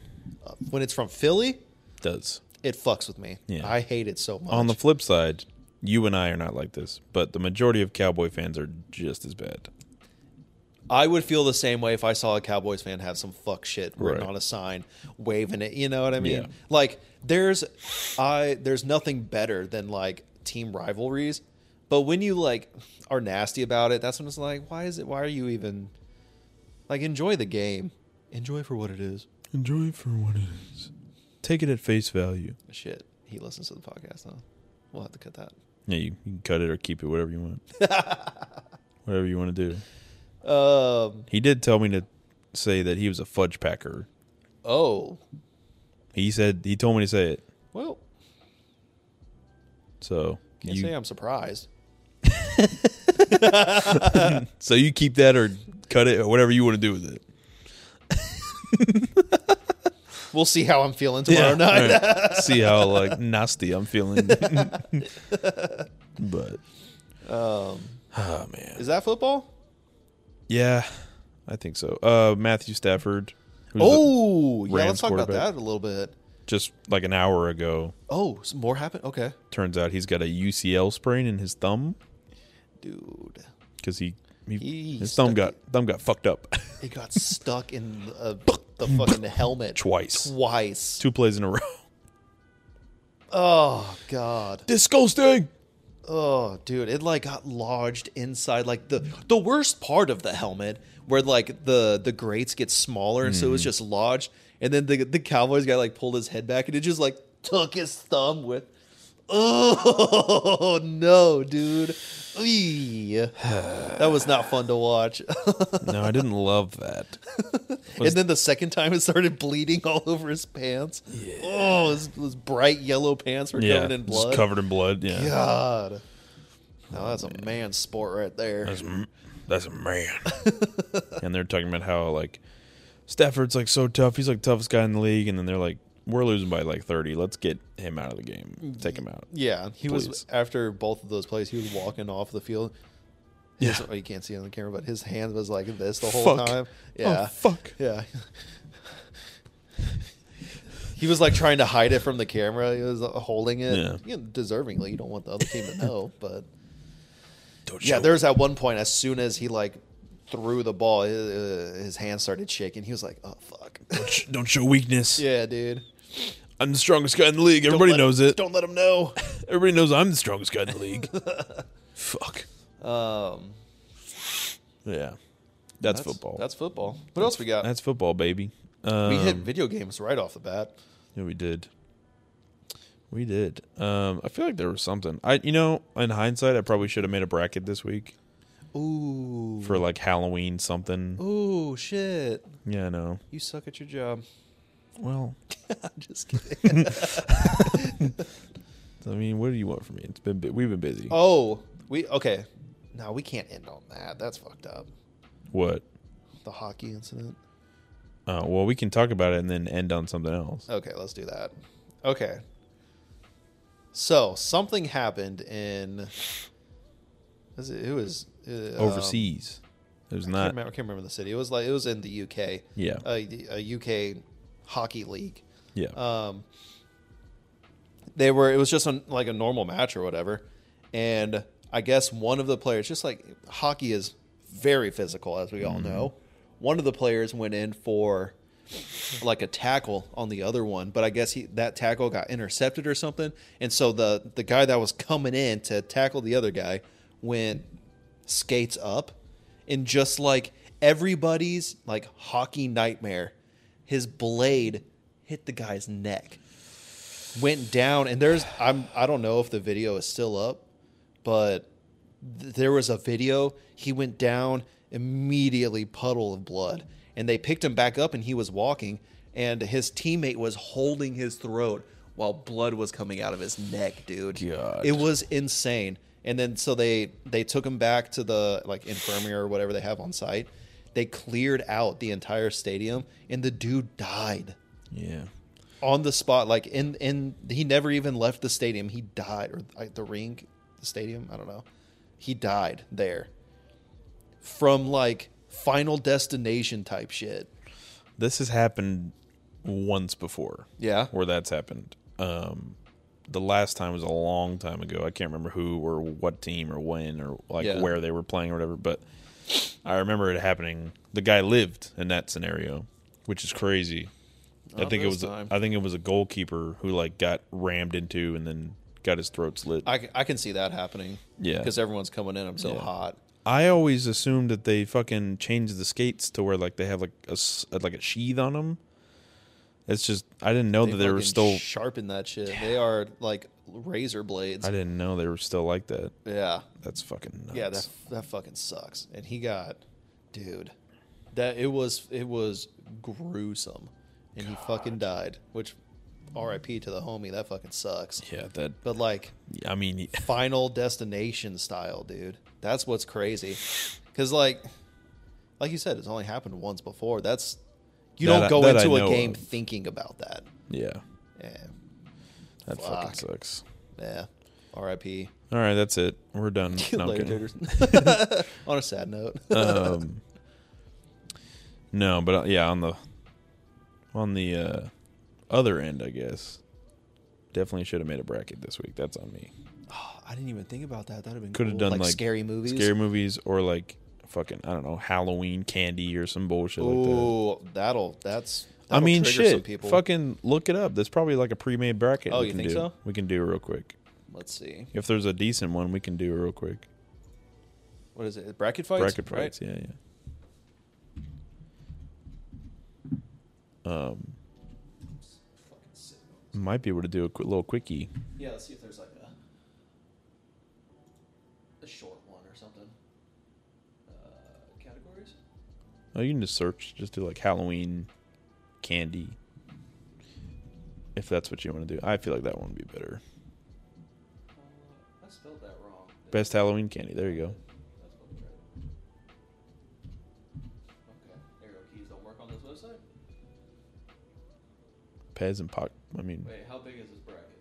S1: uh, when it's from Philly,
S2: It does.
S1: it fucks with me.
S2: Yeah.
S1: I hate it so much.
S2: On the flip side, you and I are not like this, but the majority of cowboy fans are just as bad.
S1: I would feel the same way if I saw a Cowboys fan have some fuck shit written
S2: Right.
S1: on a sign, waving it. You know what I mean?
S2: Yeah.
S1: Like there's, I there's nothing better than like team rivalries, but when you like are nasty about it, that's when it's like, why is it? Why are you even? Like enjoy the game, enjoy for what it is.
S2: Enjoy it for what it is. Take it at face value.
S1: Shit, he listens to the podcast now. We'll have to cut that.
S2: Yeah, you, you can cut it or keep it, whatever you want. whatever you want to do.
S1: Um.
S2: He did tell me to say that he was a fudge packer.
S1: Oh.
S2: He said he told me to say it.
S1: Well,
S2: So
S1: can't
S2: you,
S1: say I'm surprised.
S2: so you keep that or cut it or whatever you want to do with it.
S1: We'll see how I'm feeling tomorrow night.
S2: All right. See how like nasty I'm feeling. but
S1: Um.
S2: oh man,
S1: Is that football?
S2: yeah, I think so. Uh, Matthew Stafford, who's the-
S1: Oh, yeah. Let's
S2: Rams
S1: talk about
S2: quarterback.
S1: that a little bit.
S2: just like an hour ago,
S1: Oh, some more happened. Okay,
S2: turns out he's got a UCL sprain in his thumb
S1: dude,
S2: because he, he,
S1: He
S2: his thumb
S1: stuck
S2: got thumb got fucked up
S1: it got stuck in the, uh, the fucking helmet
S2: Twice.
S1: Twice.
S2: two plays in a row.
S1: Oh god.
S2: Disgusting.
S1: Oh, dude, it like got lodged inside like the the worst part of the helmet where like the the grates get smaller and so it
S2: Mm-hmm.
S1: was just lodged and then the the Cowboys guy like pulled his head back and it just like took his thumb with Oh no, dude. Eee. That was not fun to watch.
S2: No, I didn't love that.
S1: and then the second time it started bleeding all over his pants. Oh, his, his bright yellow pants were
S2: yeah,
S1: covered in
S2: just
S1: blood.
S2: covered in blood. Yeah,
S1: God. Now that's a man sport right there.
S2: That's m- that's a man. and they're talking about how like Stafford's like so tough. He's like toughest guy in the league. And then they're like, we're losing by like thirty. Let's get him out of the game. Take him out.
S1: Yeah, he was
S2: Please.
S1: after both of those plays. He was walking off the field. His,
S2: Yeah.
S1: oh, you can't see it on the camera, but his hand was like this the whole
S2: Fuck.
S1: time.
S2: Oh,
S1: Yeah,
S2: fuck.
S1: Yeah, he was like trying to hide it from the camera. He was uh, holding it,
S2: Yeah.
S1: You know, deservingly. You don't want the other team to know, but
S2: Don't
S1: yeah,
S2: show-
S1: there's that one point. As soon as he like threw the ball, his, uh, his hand started shaking. He was like, "Oh fuck."
S2: don't sh- don't show weakness.
S1: yeah, dude.
S2: I'm the strongest guy in the league. Everybody
S1: let-
S2: knows it.
S1: Don't let him know.
S2: Everybody knows I'm the strongest guy in the league. Fuck.
S1: Um,
S2: Yeah, that's, football.
S1: That's football. What else we got?
S2: that's football, baby. Um,
S1: We hit video games right off the bat.
S2: Yeah, we did. We did. Um, I feel like there was something. I, you know, in hindsight, I probably should have made a bracket this week
S1: Ooh.
S2: for like Halloween something.
S1: Ooh, shit.
S2: Yeah, I know.
S1: You suck at your job.
S2: Well,
S1: I'm just kidding.
S2: I mean, what do you want from me? It's been bu- we've been busy.
S1: oh, we okay. No, we can't end on that. That's fucked up.
S2: What?
S1: The hockey incident.
S2: Uh, well, we can talk about it and then end on something else.
S1: Okay, let's do that. Okay. So something happened in. Is it, it was uh, um,
S2: Overseas, there's
S1: I can't,
S2: not.
S1: remember, I can't remember the city. It was like it was in the UK.
S2: Yeah.
S1: a, a UK hockey league.
S2: Yeah,
S1: um, they were it was just on like a normal match or whatever and i guess one of the players just like hockey is very physical as we all know one of the players went in for like a tackle on the other one but i guess he that tackle got intercepted or something and so the the guy that was coming in to tackle the other guy went skates up and just like everybody's like hockey nightmare his blade hit the guy's neck went down and there's I'm I don't know if the video is still up, but th- there was a video he went down immediately puddle of blood and they picked him back up and he was walking and his teammate was holding his throat while blood was coming out of his neck, dude.
S2: God.
S1: It was insane. And then so they they took him back to the like infirmary or whatever they have on site. They cleared out the entire stadium and the dude died
S2: yeah.
S1: on the spot, like in in he never even left the stadium. He died or like the ring, the stadium. I don't know. He died there from like Final Destination type shit.
S2: This has happened once before.
S1: Yeah.
S2: where that's happened. Um, the last time was a long time ago. I can't remember who or what team or when or like
S1: Yeah.
S2: where they were playing or whatever, but I remember it happening. The guy lived in that scenario, which is crazy. I
S1: Not
S2: think it
S1: this
S2: was
S1: Oh, time.
S2: I think it was a goalkeeper who like got rammed into and then got his throat slit. I,
S1: I, c- I can see that happening.
S2: Yeah.
S1: because everyone's coming in. I'm so
S2: Yeah.
S1: hot.
S2: always assumed that they fucking changed the skates to where like they have like a s- like a sheath on them. It's just I didn't know that they were
S1: fucking
S2: still
S1: sharpen that shit. They are like razor blades.
S2: I didn't know they were still like that.
S1: Yeah,
S2: That's fucking nuts.
S1: yeah. That that fucking sucks. And he got, dude, that it was it was gruesome, and he fucking died. Which, R.I.P. to the homie. That fucking sucks.
S2: yeah, that
S1: But like,
S2: I mean,
S1: Final Destination style, dude. That's what's crazy. Cause like, like you said, it's only happened once before. That's you
S2: That I-
S1: don't go
S2: that I
S1: into a
S2: know
S1: game
S2: of.
S1: thinking about that.
S2: yeah,
S1: Yeah,
S2: that fucking
S1: Fuck.
S2: sucks.
S1: yeah. R.I.P.
S2: All right, that's it. We're done. No, I'm
S1: Later,
S2: kidding.
S1: taters. On a sad note,
S2: um, no, but uh, yeah, on the on the uh, other end, I guess. Definitely should have made a bracket this week. That's on me.
S1: I didn't even think about that. That'd have been
S2: Could have
S1: cool.
S2: done like,
S1: scary movies.
S2: scary movies, or like fucking I don't know Halloween candy or some bullshit like that.
S1: Ooh, that'll that's.
S2: I
S1: That'll
S2: mean,
S1: trigger Some
S2: shit.
S1: people.
S2: Fucking look it up. There's probably like a pre-made bracket.
S1: Oh,
S2: we
S1: you
S2: can
S1: think
S2: do.
S1: so?
S2: We can do real quick.
S1: Let's see.
S2: If there's a decent one, we can do real quick.
S1: What is it? Bracket fights.
S2: bracket
S1: right?
S2: fights. Yeah, yeah. Um, might be able to do a quick, little quickie.
S1: Yeah, let's see if there's like a a short one or something. Uh, categories.
S2: Oh, you can just search. Just do like Halloween candy. If that's what you want to do, I feel like that one would be better.
S1: Uh, I spelled that wrong.
S2: Best Halloween candy. There you go.
S1: That's what right. Okay. Arrow keys don't work on this website.
S2: Pez and Poc. I mean,
S1: Wait, how big is this bracket?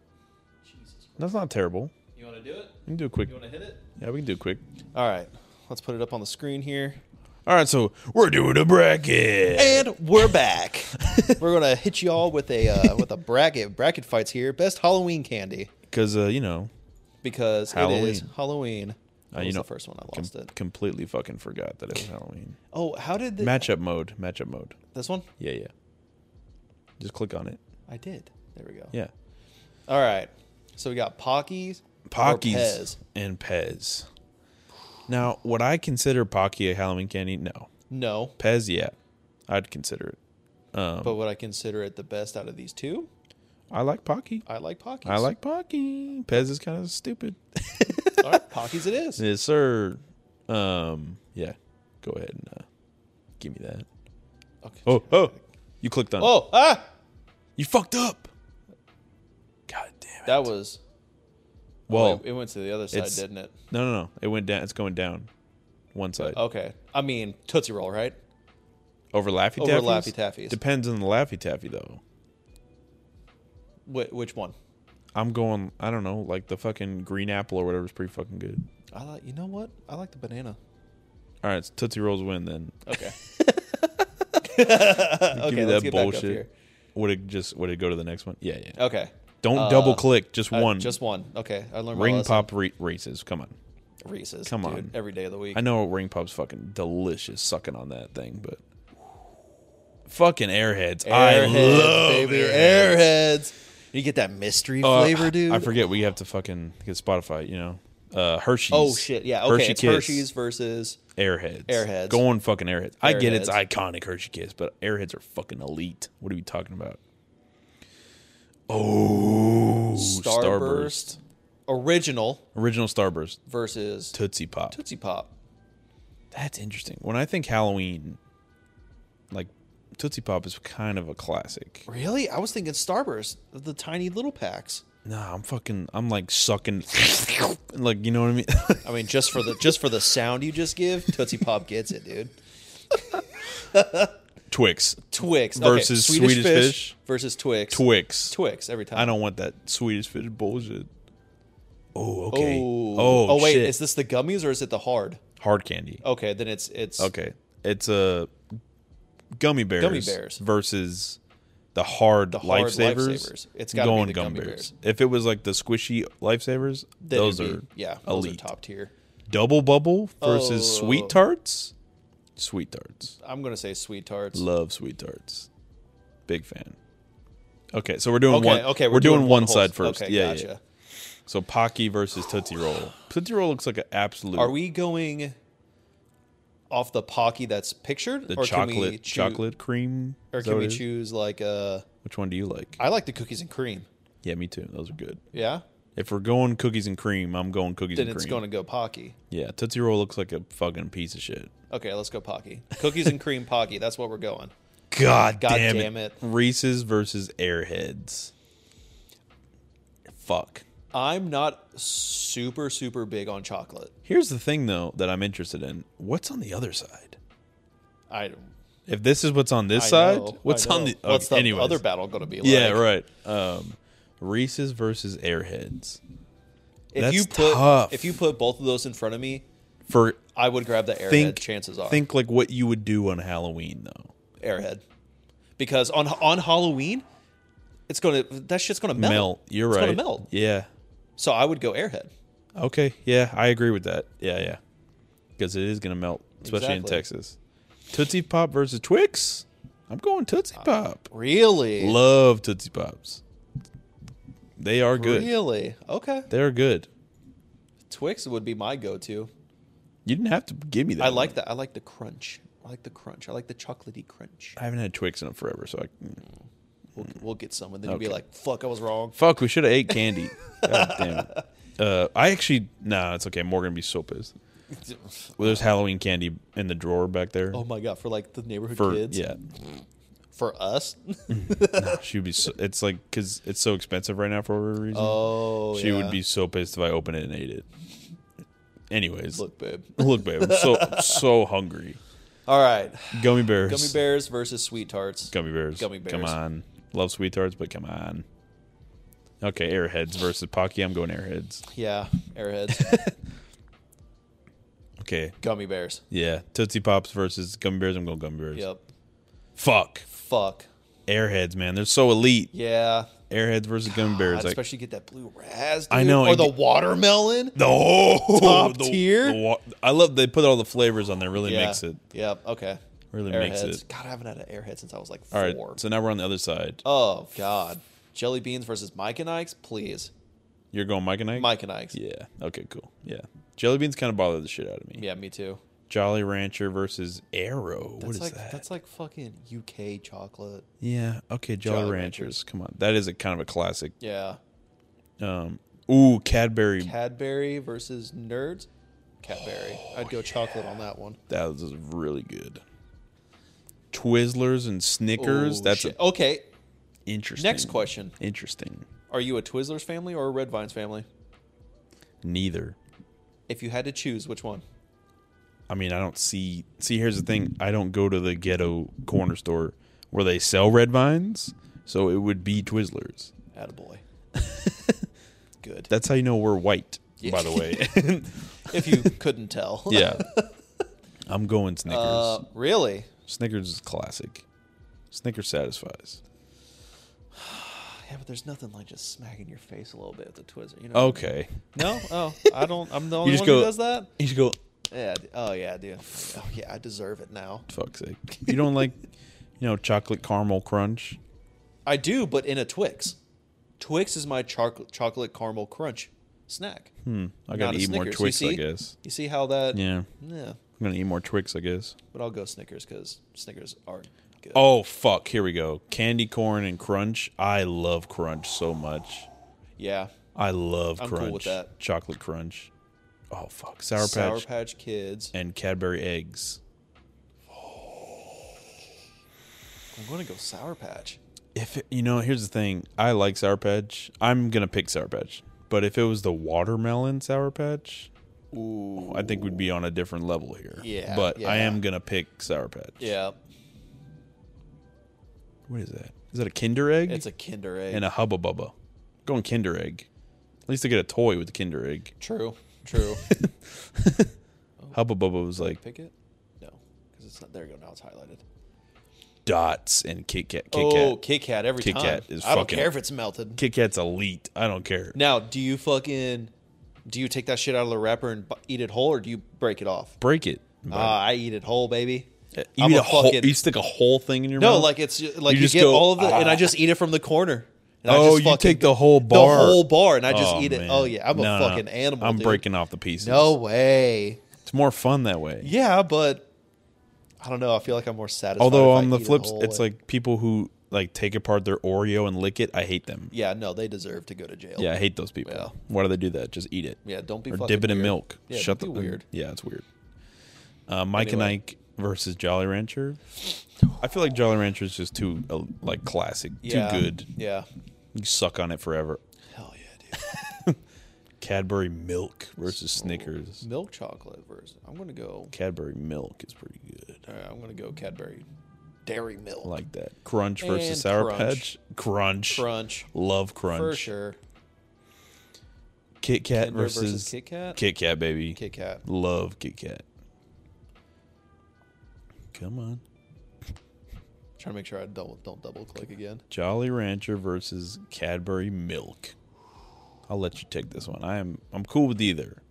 S1: Jesus. Christ.
S2: that's not terrible.
S1: You want to do it?
S2: We can do a quick.
S1: You want to hit it?
S2: Yeah, we can do a quick.
S1: All right. Let's put it up on the screen here.
S2: All right, so we're doing a bracket.
S1: And we're back. we're gonna hit you all with a uh, with a bracket bracket fights here. Best Halloween candy
S2: because uh, you know,
S1: because it is
S2: Halloween.
S1: Halloween. That
S2: uh, you
S1: was
S2: know,
S1: the first one I
S2: com-
S1: lost it.
S2: completely fucking forgot that it was Halloween.
S1: Oh, how did the,
S2: Matchup mode. Matchup mode.
S1: this one?
S2: Yeah, yeah. Just click on it.
S1: I did. There we go.
S2: Yeah.
S1: All right. So we got Pockies, or
S2: Pockies
S1: Pez.
S2: and Pez. Now, would I consider Pocky a Halloween candy? No.
S1: No,
S2: Pez, yeah. I'd consider it. Um,
S1: but would I consider it the best out of these two?
S2: I like Pocky.
S1: I like Pockies.
S2: I like Pocky. Pez is kind of stupid.
S1: All right, Pockies. It is.
S2: yes, sir. Um, yeah. Go ahead and uh, give me that.
S1: Okay.
S2: Oh, oh. You clicked on it.
S1: Oh, ah,
S2: You fucked up. God damn it.
S1: that was.
S2: well,
S1: oh, it, it went to the other side,
S2: it's-
S1: didn't it?
S2: no, no, no. It went down. It's going down. One side.
S1: Okay. I mean, Tootsie Roll, right?
S2: Over Laffy
S1: Over
S2: Taffy?
S1: Laffy Taffys.
S2: Depends on the Laffy Taffy, though.
S1: Wh- which one?
S2: I'm going, I don't know, like the fucking green apple or whatever's pretty fucking good.
S1: I like. You know what? I like the banana.
S2: All right, it's Tootsie Rolls win then.
S1: Okay.
S2: Give
S1: okay.
S2: me
S1: Let's
S2: that
S1: get back up
S2: bullshit.
S1: here.
S2: Would it just, would it go to the next one? Yeah, yeah.
S1: Okay.
S2: Don't
S1: Uh,
S2: double click, just
S1: I-
S2: one.
S1: just one. Okay. I learned my
S2: Ring
S1: lesson.
S2: Pop re- races. Come on.
S1: Reese's.
S2: Come
S1: dude,
S2: on.
S1: Every day of the week.
S2: I know Ring Pop's fucking delicious sucking on that thing, but. Fucking airheads. I
S1: Airheads,
S2: love
S1: baby.
S2: airheads.
S1: Airheads. You get that mystery
S2: Uh,
S1: flavor, dude.
S2: I forget we have to fucking get Spotify. You know, uh, Hershey's.
S1: Oh shit! Yeah. Okay.
S2: Hershey
S1: it's
S2: Kiss,
S1: Hershey's versus.
S2: Airheads,
S1: Airheads.
S2: Going fucking Airheads. I get it's
S1: Airheads.
S2: iconic Hershey Kiss, but Airheads are fucking elite. What are we talking about? Oh, Starburst,
S1: Starburst. Original
S2: original Starburst,
S1: versus
S2: Tootsie Pop.
S1: Tootsie Pop.
S2: That's interesting. When I think Halloween, like Tootsie Pop is kind of a classic.
S1: Really? I was thinking Starburst, the tiny little packs.
S2: Nah, I'm fucking, I'm like sucking, like you know what I mean.
S1: I mean, just for the just for the sound you just give, Tootsie Pop gets it, dude.
S2: Twix,
S1: Twix okay,
S2: Versus Swedish Fish.
S1: versus Twix.
S2: Twix,
S1: Twix every time.
S2: I don't want that Swedish fish bullshit.
S1: Oh.
S2: Oh, okay.
S1: Oh, wait,
S2: shit.
S1: is this the gummies or is it the hard?
S2: hard candy.
S1: Okay, then it's it's
S2: Okay, it's a uh, gummy bears.
S1: Gummy bears.
S2: versus the hard,
S1: The hard
S2: lifesavers,
S1: lifesavers. It's gotta be the gummy bears.
S2: If it was like the squishy lifesavers,
S1: Then
S2: those
S1: it'd
S2: are
S1: be- yeah, those are
S2: elite.
S1: top tier.
S2: Double bubble versus
S1: Oh.
S2: sweet tarts. Sweet tarts,
S1: I'm gonna say sweet tarts.
S2: love sweet tarts. Big fan. Okay, so we're doing
S1: okay,
S2: one.
S1: okay,
S2: we're, doing, one
S1: whole-
S2: side first.
S1: Okay,
S2: yeah, yeah,
S1: gotcha.
S2: yeah. So Pocky versus Tootsie Roll. Tootsie Roll looks like an absolute.
S1: Are we going off the pocky that's pictured,
S2: the
S1: or
S2: chocolate
S1: can we choo-
S2: chocolate cream?
S1: or
S2: Is that
S1: can
S2: what
S1: we
S2: it is?
S1: choose like uh
S2: Which one do you like?
S1: I like the cookies and cream.
S2: yeah, me too. Those are good.
S1: Yeah,
S2: If we're going cookies and cream, I'm going cookies
S1: then
S2: and
S1: it's
S2: cream.
S1: going to go pocky.
S2: yeah, Tootsie Roll looks like a fucking piece of shit.
S1: Okay, let's go pocky. Cookies and cream pocky. That's what we're going.
S2: God,
S1: God
S2: damn,
S1: damn it.
S2: it. Reese's versus Airheads. Fuck.
S1: I'm not super super big on chocolate.
S2: Here's the thing though that I'm interested in. What's on the other side?
S1: I,
S2: If this is what's on this
S1: I
S2: side,
S1: know,
S2: what's
S1: I know.
S2: on the
S1: what's the
S2: okay, anyways.
S1: other battle going to be? Like?
S2: Yeah, right. Um Reese's versus Airheads.
S1: If
S2: That's
S1: you put
S2: tough.
S1: if you put both of those in front of me,
S2: For
S1: I would grab the airhead.
S2: think
S1: chances are
S2: think like what you would do on Halloween though.
S1: airhead, because on on Halloween, it's gonna that shit's gonna melt.
S2: Melt. You're
S1: It's
S2: right.
S1: gonna melt.
S2: Yeah.
S1: So I would go airhead.
S2: Okay, yeah, I agree with that. Yeah, yeah, because it is gonna melt, especially in
S1: Exactly.
S2: Texas. Tootsie Pop versus Twix. I'm going Tootsie
S1: Uh,
S2: Pop.
S1: Really,
S2: Love Tootsie Pops. They are good.
S1: really okay.
S2: They are good.
S1: Twix would be my go-to.
S2: You didn't have to give me that.
S1: I
S2: one.
S1: like that. I like the crunch. I like the crunch. I like the chocolatey crunch.
S2: I haven't had Twix in forever, so I.
S1: We'll, we'll get some, and then you'll be
S2: Okay.
S1: like, "Fuck, I was wrong."
S2: Fuck, we should have ate candy. God damn it. Uh, I actually nah, it's okay. Morgan be so pissed. Well, there's Halloween candy in the drawer back there.
S1: Oh my god, for like the neighborhood
S2: for
S1: kids.
S2: yeah,
S1: For us.
S2: she would be. So, it's like because it's so expensive right now for whatever reason.
S1: Oh,
S2: She would
S1: yeah.
S2: be so pissed if I opened it and ate it. Anyways, look,
S1: Look, babe.
S2: babe, I'm so so hungry.
S1: All right,
S2: Gummy bears,
S1: gummy bears versus sweet tarts.
S2: gummy bears,
S1: Gummy
S2: Come
S1: bears.
S2: on, love sweet tarts, but come on. Okay, Airheads versus Pocky. I'm going Airheads.
S1: Yeah, airheads.
S2: Okay,
S1: gummy bears.
S2: yeah, Tootsie Pops versus Gummy Bears. I'm going Gummy Bears.
S1: Yep.
S2: Fuck,
S1: Fuck.
S2: Airheads, man, they're so elite.
S1: Yeah.
S2: Airheads versus Gummy Bears.
S1: I'd
S2: like-
S1: especially get that blue raz.
S2: I
S1: dude,
S2: know,
S1: Or
S2: and
S1: the
S2: get-
S1: watermelon.
S2: the whole
S1: Top
S2: the-
S1: tier?
S2: the wa- I love they put all the flavors on there. Really
S1: yeah.
S2: makes it.
S1: Yep. Okay.
S2: Really makes
S1: Airheads.
S2: it.
S1: God, I haven't had an airhead since I was like
S2: All
S1: four.
S2: right, so now we're on the other side.
S1: oh God. Jelly beans versus Mike and Ike's, please.
S2: You're going Mike and Ike.
S1: Mike and Ike's. Yeah,
S2: Yeah. Okay. Cool. Yeah. Jelly beans kind of bother the shit out of me.
S1: me too.
S2: Jolly Rancher versus Arrow. what
S1: That's
S2: is
S1: like
S2: that?
S1: that's like fucking UK chocolate.
S2: yeah. Okay. Jolly,
S1: Jolly
S2: Ranchers. Come on. That is a kind of a classic.
S1: Yeah.
S2: Um. Ooh, Cadbury.
S1: Cadbury versus Nerds. Cadbury. I'd go chocolate on that one.
S2: that was really good. Twizzlers and Snickers.
S1: Oh,
S2: That's
S1: shit.
S2: a-
S1: okay.
S2: interesting.
S1: Next question:
S2: Interesting.
S1: Are you a Twizzlers family or a Red Vines family?
S2: Neither.
S1: If you had to choose, which one?
S2: I mean, I don't see. See, here's the thing. I don't go to the ghetto corner store where they sell red vines, so it would be Twizzlers.
S1: Attaboy. Good.
S2: That's how you know we're white, by the way.
S1: if you couldn't tell.
S2: yeah. I'm going Snickers.
S1: Uh, really?
S2: Snickers is classic. Snickers satisfies.
S1: Yeah, but there's nothing like just smacking your face a little bit with a Twizzler. You know? what I mean?
S2: Okay.
S1: No. Oh, I don't. I'm the only
S2: just
S1: one
S2: go-
S1: who does that.
S2: You should go.
S1: Yeah. d- Oh yeah, dude. Oh yeah, I deserve it now.
S2: Fuck's sake. You don't like, you know, chocolate caramel crunch?
S1: I do, but in a Twix. Twix is my chocolate chocolate caramel crunch snack. Hmm.
S2: I gotta eat more Twix, I guess.
S1: You see how that?
S2: Yeah. I'm
S1: Yeah.
S2: gonna eat more Twix, I guess.
S1: But I'll go Snickers because Snickers are good.
S2: Oh fuck! Here we go. Candy corn and crunch. I love crunch so much.
S1: Yeah.
S2: I love
S1: I'm
S2: crunch.
S1: cool with that.
S2: Chocolate crunch. Oh fuck! Sour,
S1: Sour
S2: patch
S1: Patch Kids.
S2: and Cadbury eggs.
S1: I'm gonna go Sour Patch.
S2: If it, you know, here's the thing. I like Sour Patch. I'm gonna pick Sour Patch. But if it was the watermelon Sour Patch,
S1: Ooh.
S2: I think we'd be on a different level here.
S1: Yeah,
S2: But I
S1: yeah.
S2: am gonna pick Sour Patch.
S1: Yeah.
S2: What is that? Is that a Kinder Egg?
S1: It's a Kinder Egg.
S2: and a Hubba Bubba. Going Kinder Egg. At least I get a toy with the Kinder Egg.
S1: True. True.
S2: Hubba Bubba was like
S1: Oh. Pick it. No, because it's not. There you go. Now it's highlighted.
S2: dots in Kit Kat. Kit
S1: oh,
S2: Kat.
S1: Kit Kat every
S2: Kit
S1: time.
S2: Kat is
S1: I don't
S2: fucking-
S1: care if it's melted.
S2: Kit Kat's elite. I don't care.
S1: Now, do you fucking do you take that shit out of the wrapper and bu- eat it whole, or do you break it off?
S2: Break it.
S1: Uh, I eat it whole, baby.
S2: you,
S1: I'm
S2: eat
S1: a
S2: a whole,
S1: fucking-
S2: you stick a whole thing in your
S1: No,
S2: mouth.
S1: like it's like
S2: You
S1: you,
S2: just
S1: get
S2: go,
S1: all of it, and
S2: "Ah."
S1: I just eat it from the corner. And I
S2: Oh,
S1: just
S2: you
S1: fucking-
S2: take the whole bar.
S1: the whole bar, and I just
S2: Oh,
S1: eat it.
S2: man.
S1: Oh yeah, I'm
S2: No,
S1: a
S2: no,
S1: fucking animal.
S2: I'm
S1: dude.
S2: breaking off the pieces.
S1: No way.
S2: it's more fun that way.
S1: Yeah, but I don't know. I feel like I'm more satisfied.
S2: Although
S1: if I
S2: on the
S1: eat it
S2: flips,
S1: whole.
S2: it's like people who like take apart their Oreo and lick it. I hate them.
S1: yeah, no, they deserve to go to jail.
S2: Yeah, I hate those people.
S1: Yeah.
S2: Why do they do that? Just eat it.
S1: yeah. Don't be
S2: or
S1: fucking
S2: dip it in
S1: weird.
S2: milk.
S1: Yeah,
S2: Shut the
S1: don't be weird.
S2: Yeah, it's weird. Uh, Mike and
S1: Anyway.
S2: Ike versus Jolly Rancher. I feel like Jolly Rancher is just too uh, like classic,
S1: Yeah.
S2: too good.
S1: Yeah.
S2: You suck on it forever.
S1: Hell yeah, dude.
S2: Cadbury milk versus Snickers.
S1: Milk chocolate versus. I'm gonna go.
S2: Cadbury milk is pretty good.
S1: All right, I'm gonna go Cadbury Dairy Milk
S2: I like that. Crunch versus
S1: And
S2: Sour
S1: Crunch.
S2: Patch. Crunch.
S1: Crunch
S2: Love Crunch.
S1: for sure.
S2: Kit Kat
S1: Kinder versus
S2: versus,
S1: Kit Kat?
S2: Kit Kat, baby.
S1: Kit Kat.
S2: Love Kit Kat. Come on.
S1: Trying to make sure I don't don't double click again.
S2: Jolly Rancher versus Cadbury Milk. I'll let you take this one. I am I'm cool with either.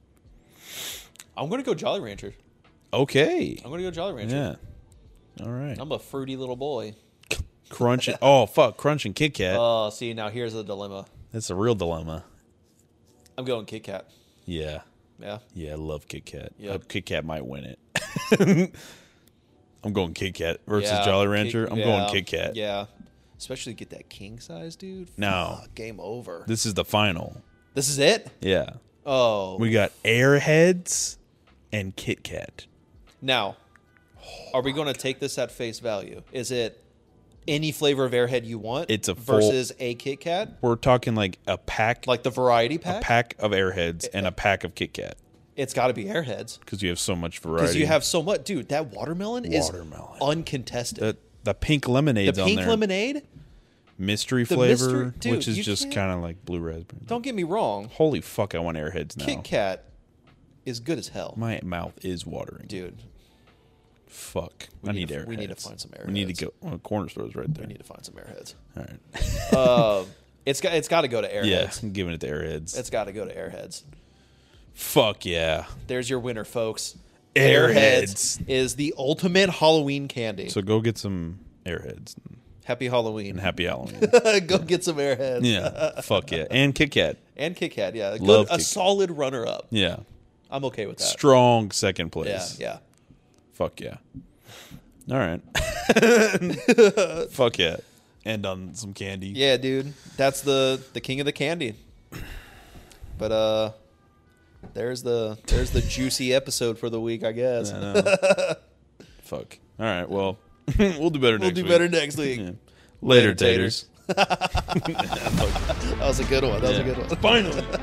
S1: I'm gonna go Jolly Rancher.
S2: Okay.
S1: I'm gonna go Jolly Rancher.
S2: Yeah. All right.
S1: I'm a fruity little boy.
S2: Crunch and oh fuck, crunch and Kit Kat.
S1: Oh, see now here's the dilemma.
S2: That's a real dilemma.
S1: I'm going Kit Kat.
S2: Yeah.
S1: Yeah.
S2: Yeah, I love Kit Kat.
S1: Yep.
S2: Uh, Kit Kat might win it. I'm going Kit Kat versus
S1: Yeah,
S2: Jolly
S1: Kit-
S2: Rancher. I'm
S1: yeah,
S2: going Kit Kat.
S1: Yeah. Especially get that king size, dude.
S2: No.
S1: Fuck, game over.
S2: This is the final.
S1: This is it.
S2: Yeah.
S1: Oh,
S2: We got Airheads and Kit Kat.
S1: now are we going to take this at face value? Is it any flavor of Airhead you want?
S2: It's a full-
S1: versus a Kit Kat,
S2: We're talking like a pack,
S1: like the variety
S2: a
S1: pack.
S2: pack of Airheads and a pack of Kit Kat
S1: It's got to be Airheads
S2: because you have so much variety.
S1: because you have so much, dude. That watermelon,
S2: Watermelon.
S1: is uncontested.
S2: the, the pink lemonades
S1: the
S2: on
S1: pink
S2: there,
S1: lemonade.
S2: mystery
S1: the
S2: flavor,
S1: mystery- dude,
S2: which is
S1: you
S2: just
S1: can't-
S2: kind of like blue raspberry.
S1: Don't get me wrong,
S2: Holy fuck! I want Airheads now.
S1: Kit Kat is good as hell,
S2: My mouth is watering.
S1: dude.
S2: Fuck. I
S1: need
S2: need,
S1: to-
S2: Airheads.
S1: we need to find some
S2: We need
S1: Airheads.
S2: to go. Well, corner stores right there.
S1: We need to find some Airheads.
S2: All right.
S1: Um, it's got it's got to go to Airheads.
S2: yeah, I'm giving it to Airheads.
S1: It's got to go to Airheads.
S2: fuck yeah.
S1: There's your winner, folks.
S2: Airheads.
S1: is the ultimate Halloween candy.
S2: So go get some Airheads
S1: Happy Halloween.
S2: and happy Halloween.
S1: Go get some Airheads.
S2: yeah. Fuck yeah. And Kit Kat.
S1: And Kit Kat, yeah. Good,
S2: Love
S1: a
S2: Kit Kat.
S1: solid runner up.
S2: Yeah.
S1: I'm okay with that.
S2: Strong second
S1: yeah,
S2: place.
S1: yeah.
S2: Fuck yeah. All right. Fuck yeah. And on some candy.
S1: Yeah, dude. That's the the king of the candy. But uh there's the there's the juicy episode for the week, I guess.
S2: I know. Fuck. All right. Well, we'll do better
S1: we'll
S2: next
S1: do
S2: week.
S1: better next week.
S2: Yeah. Later,
S1: taters.
S2: taters.
S1: That was a good one. That was a good one.
S2: Finally.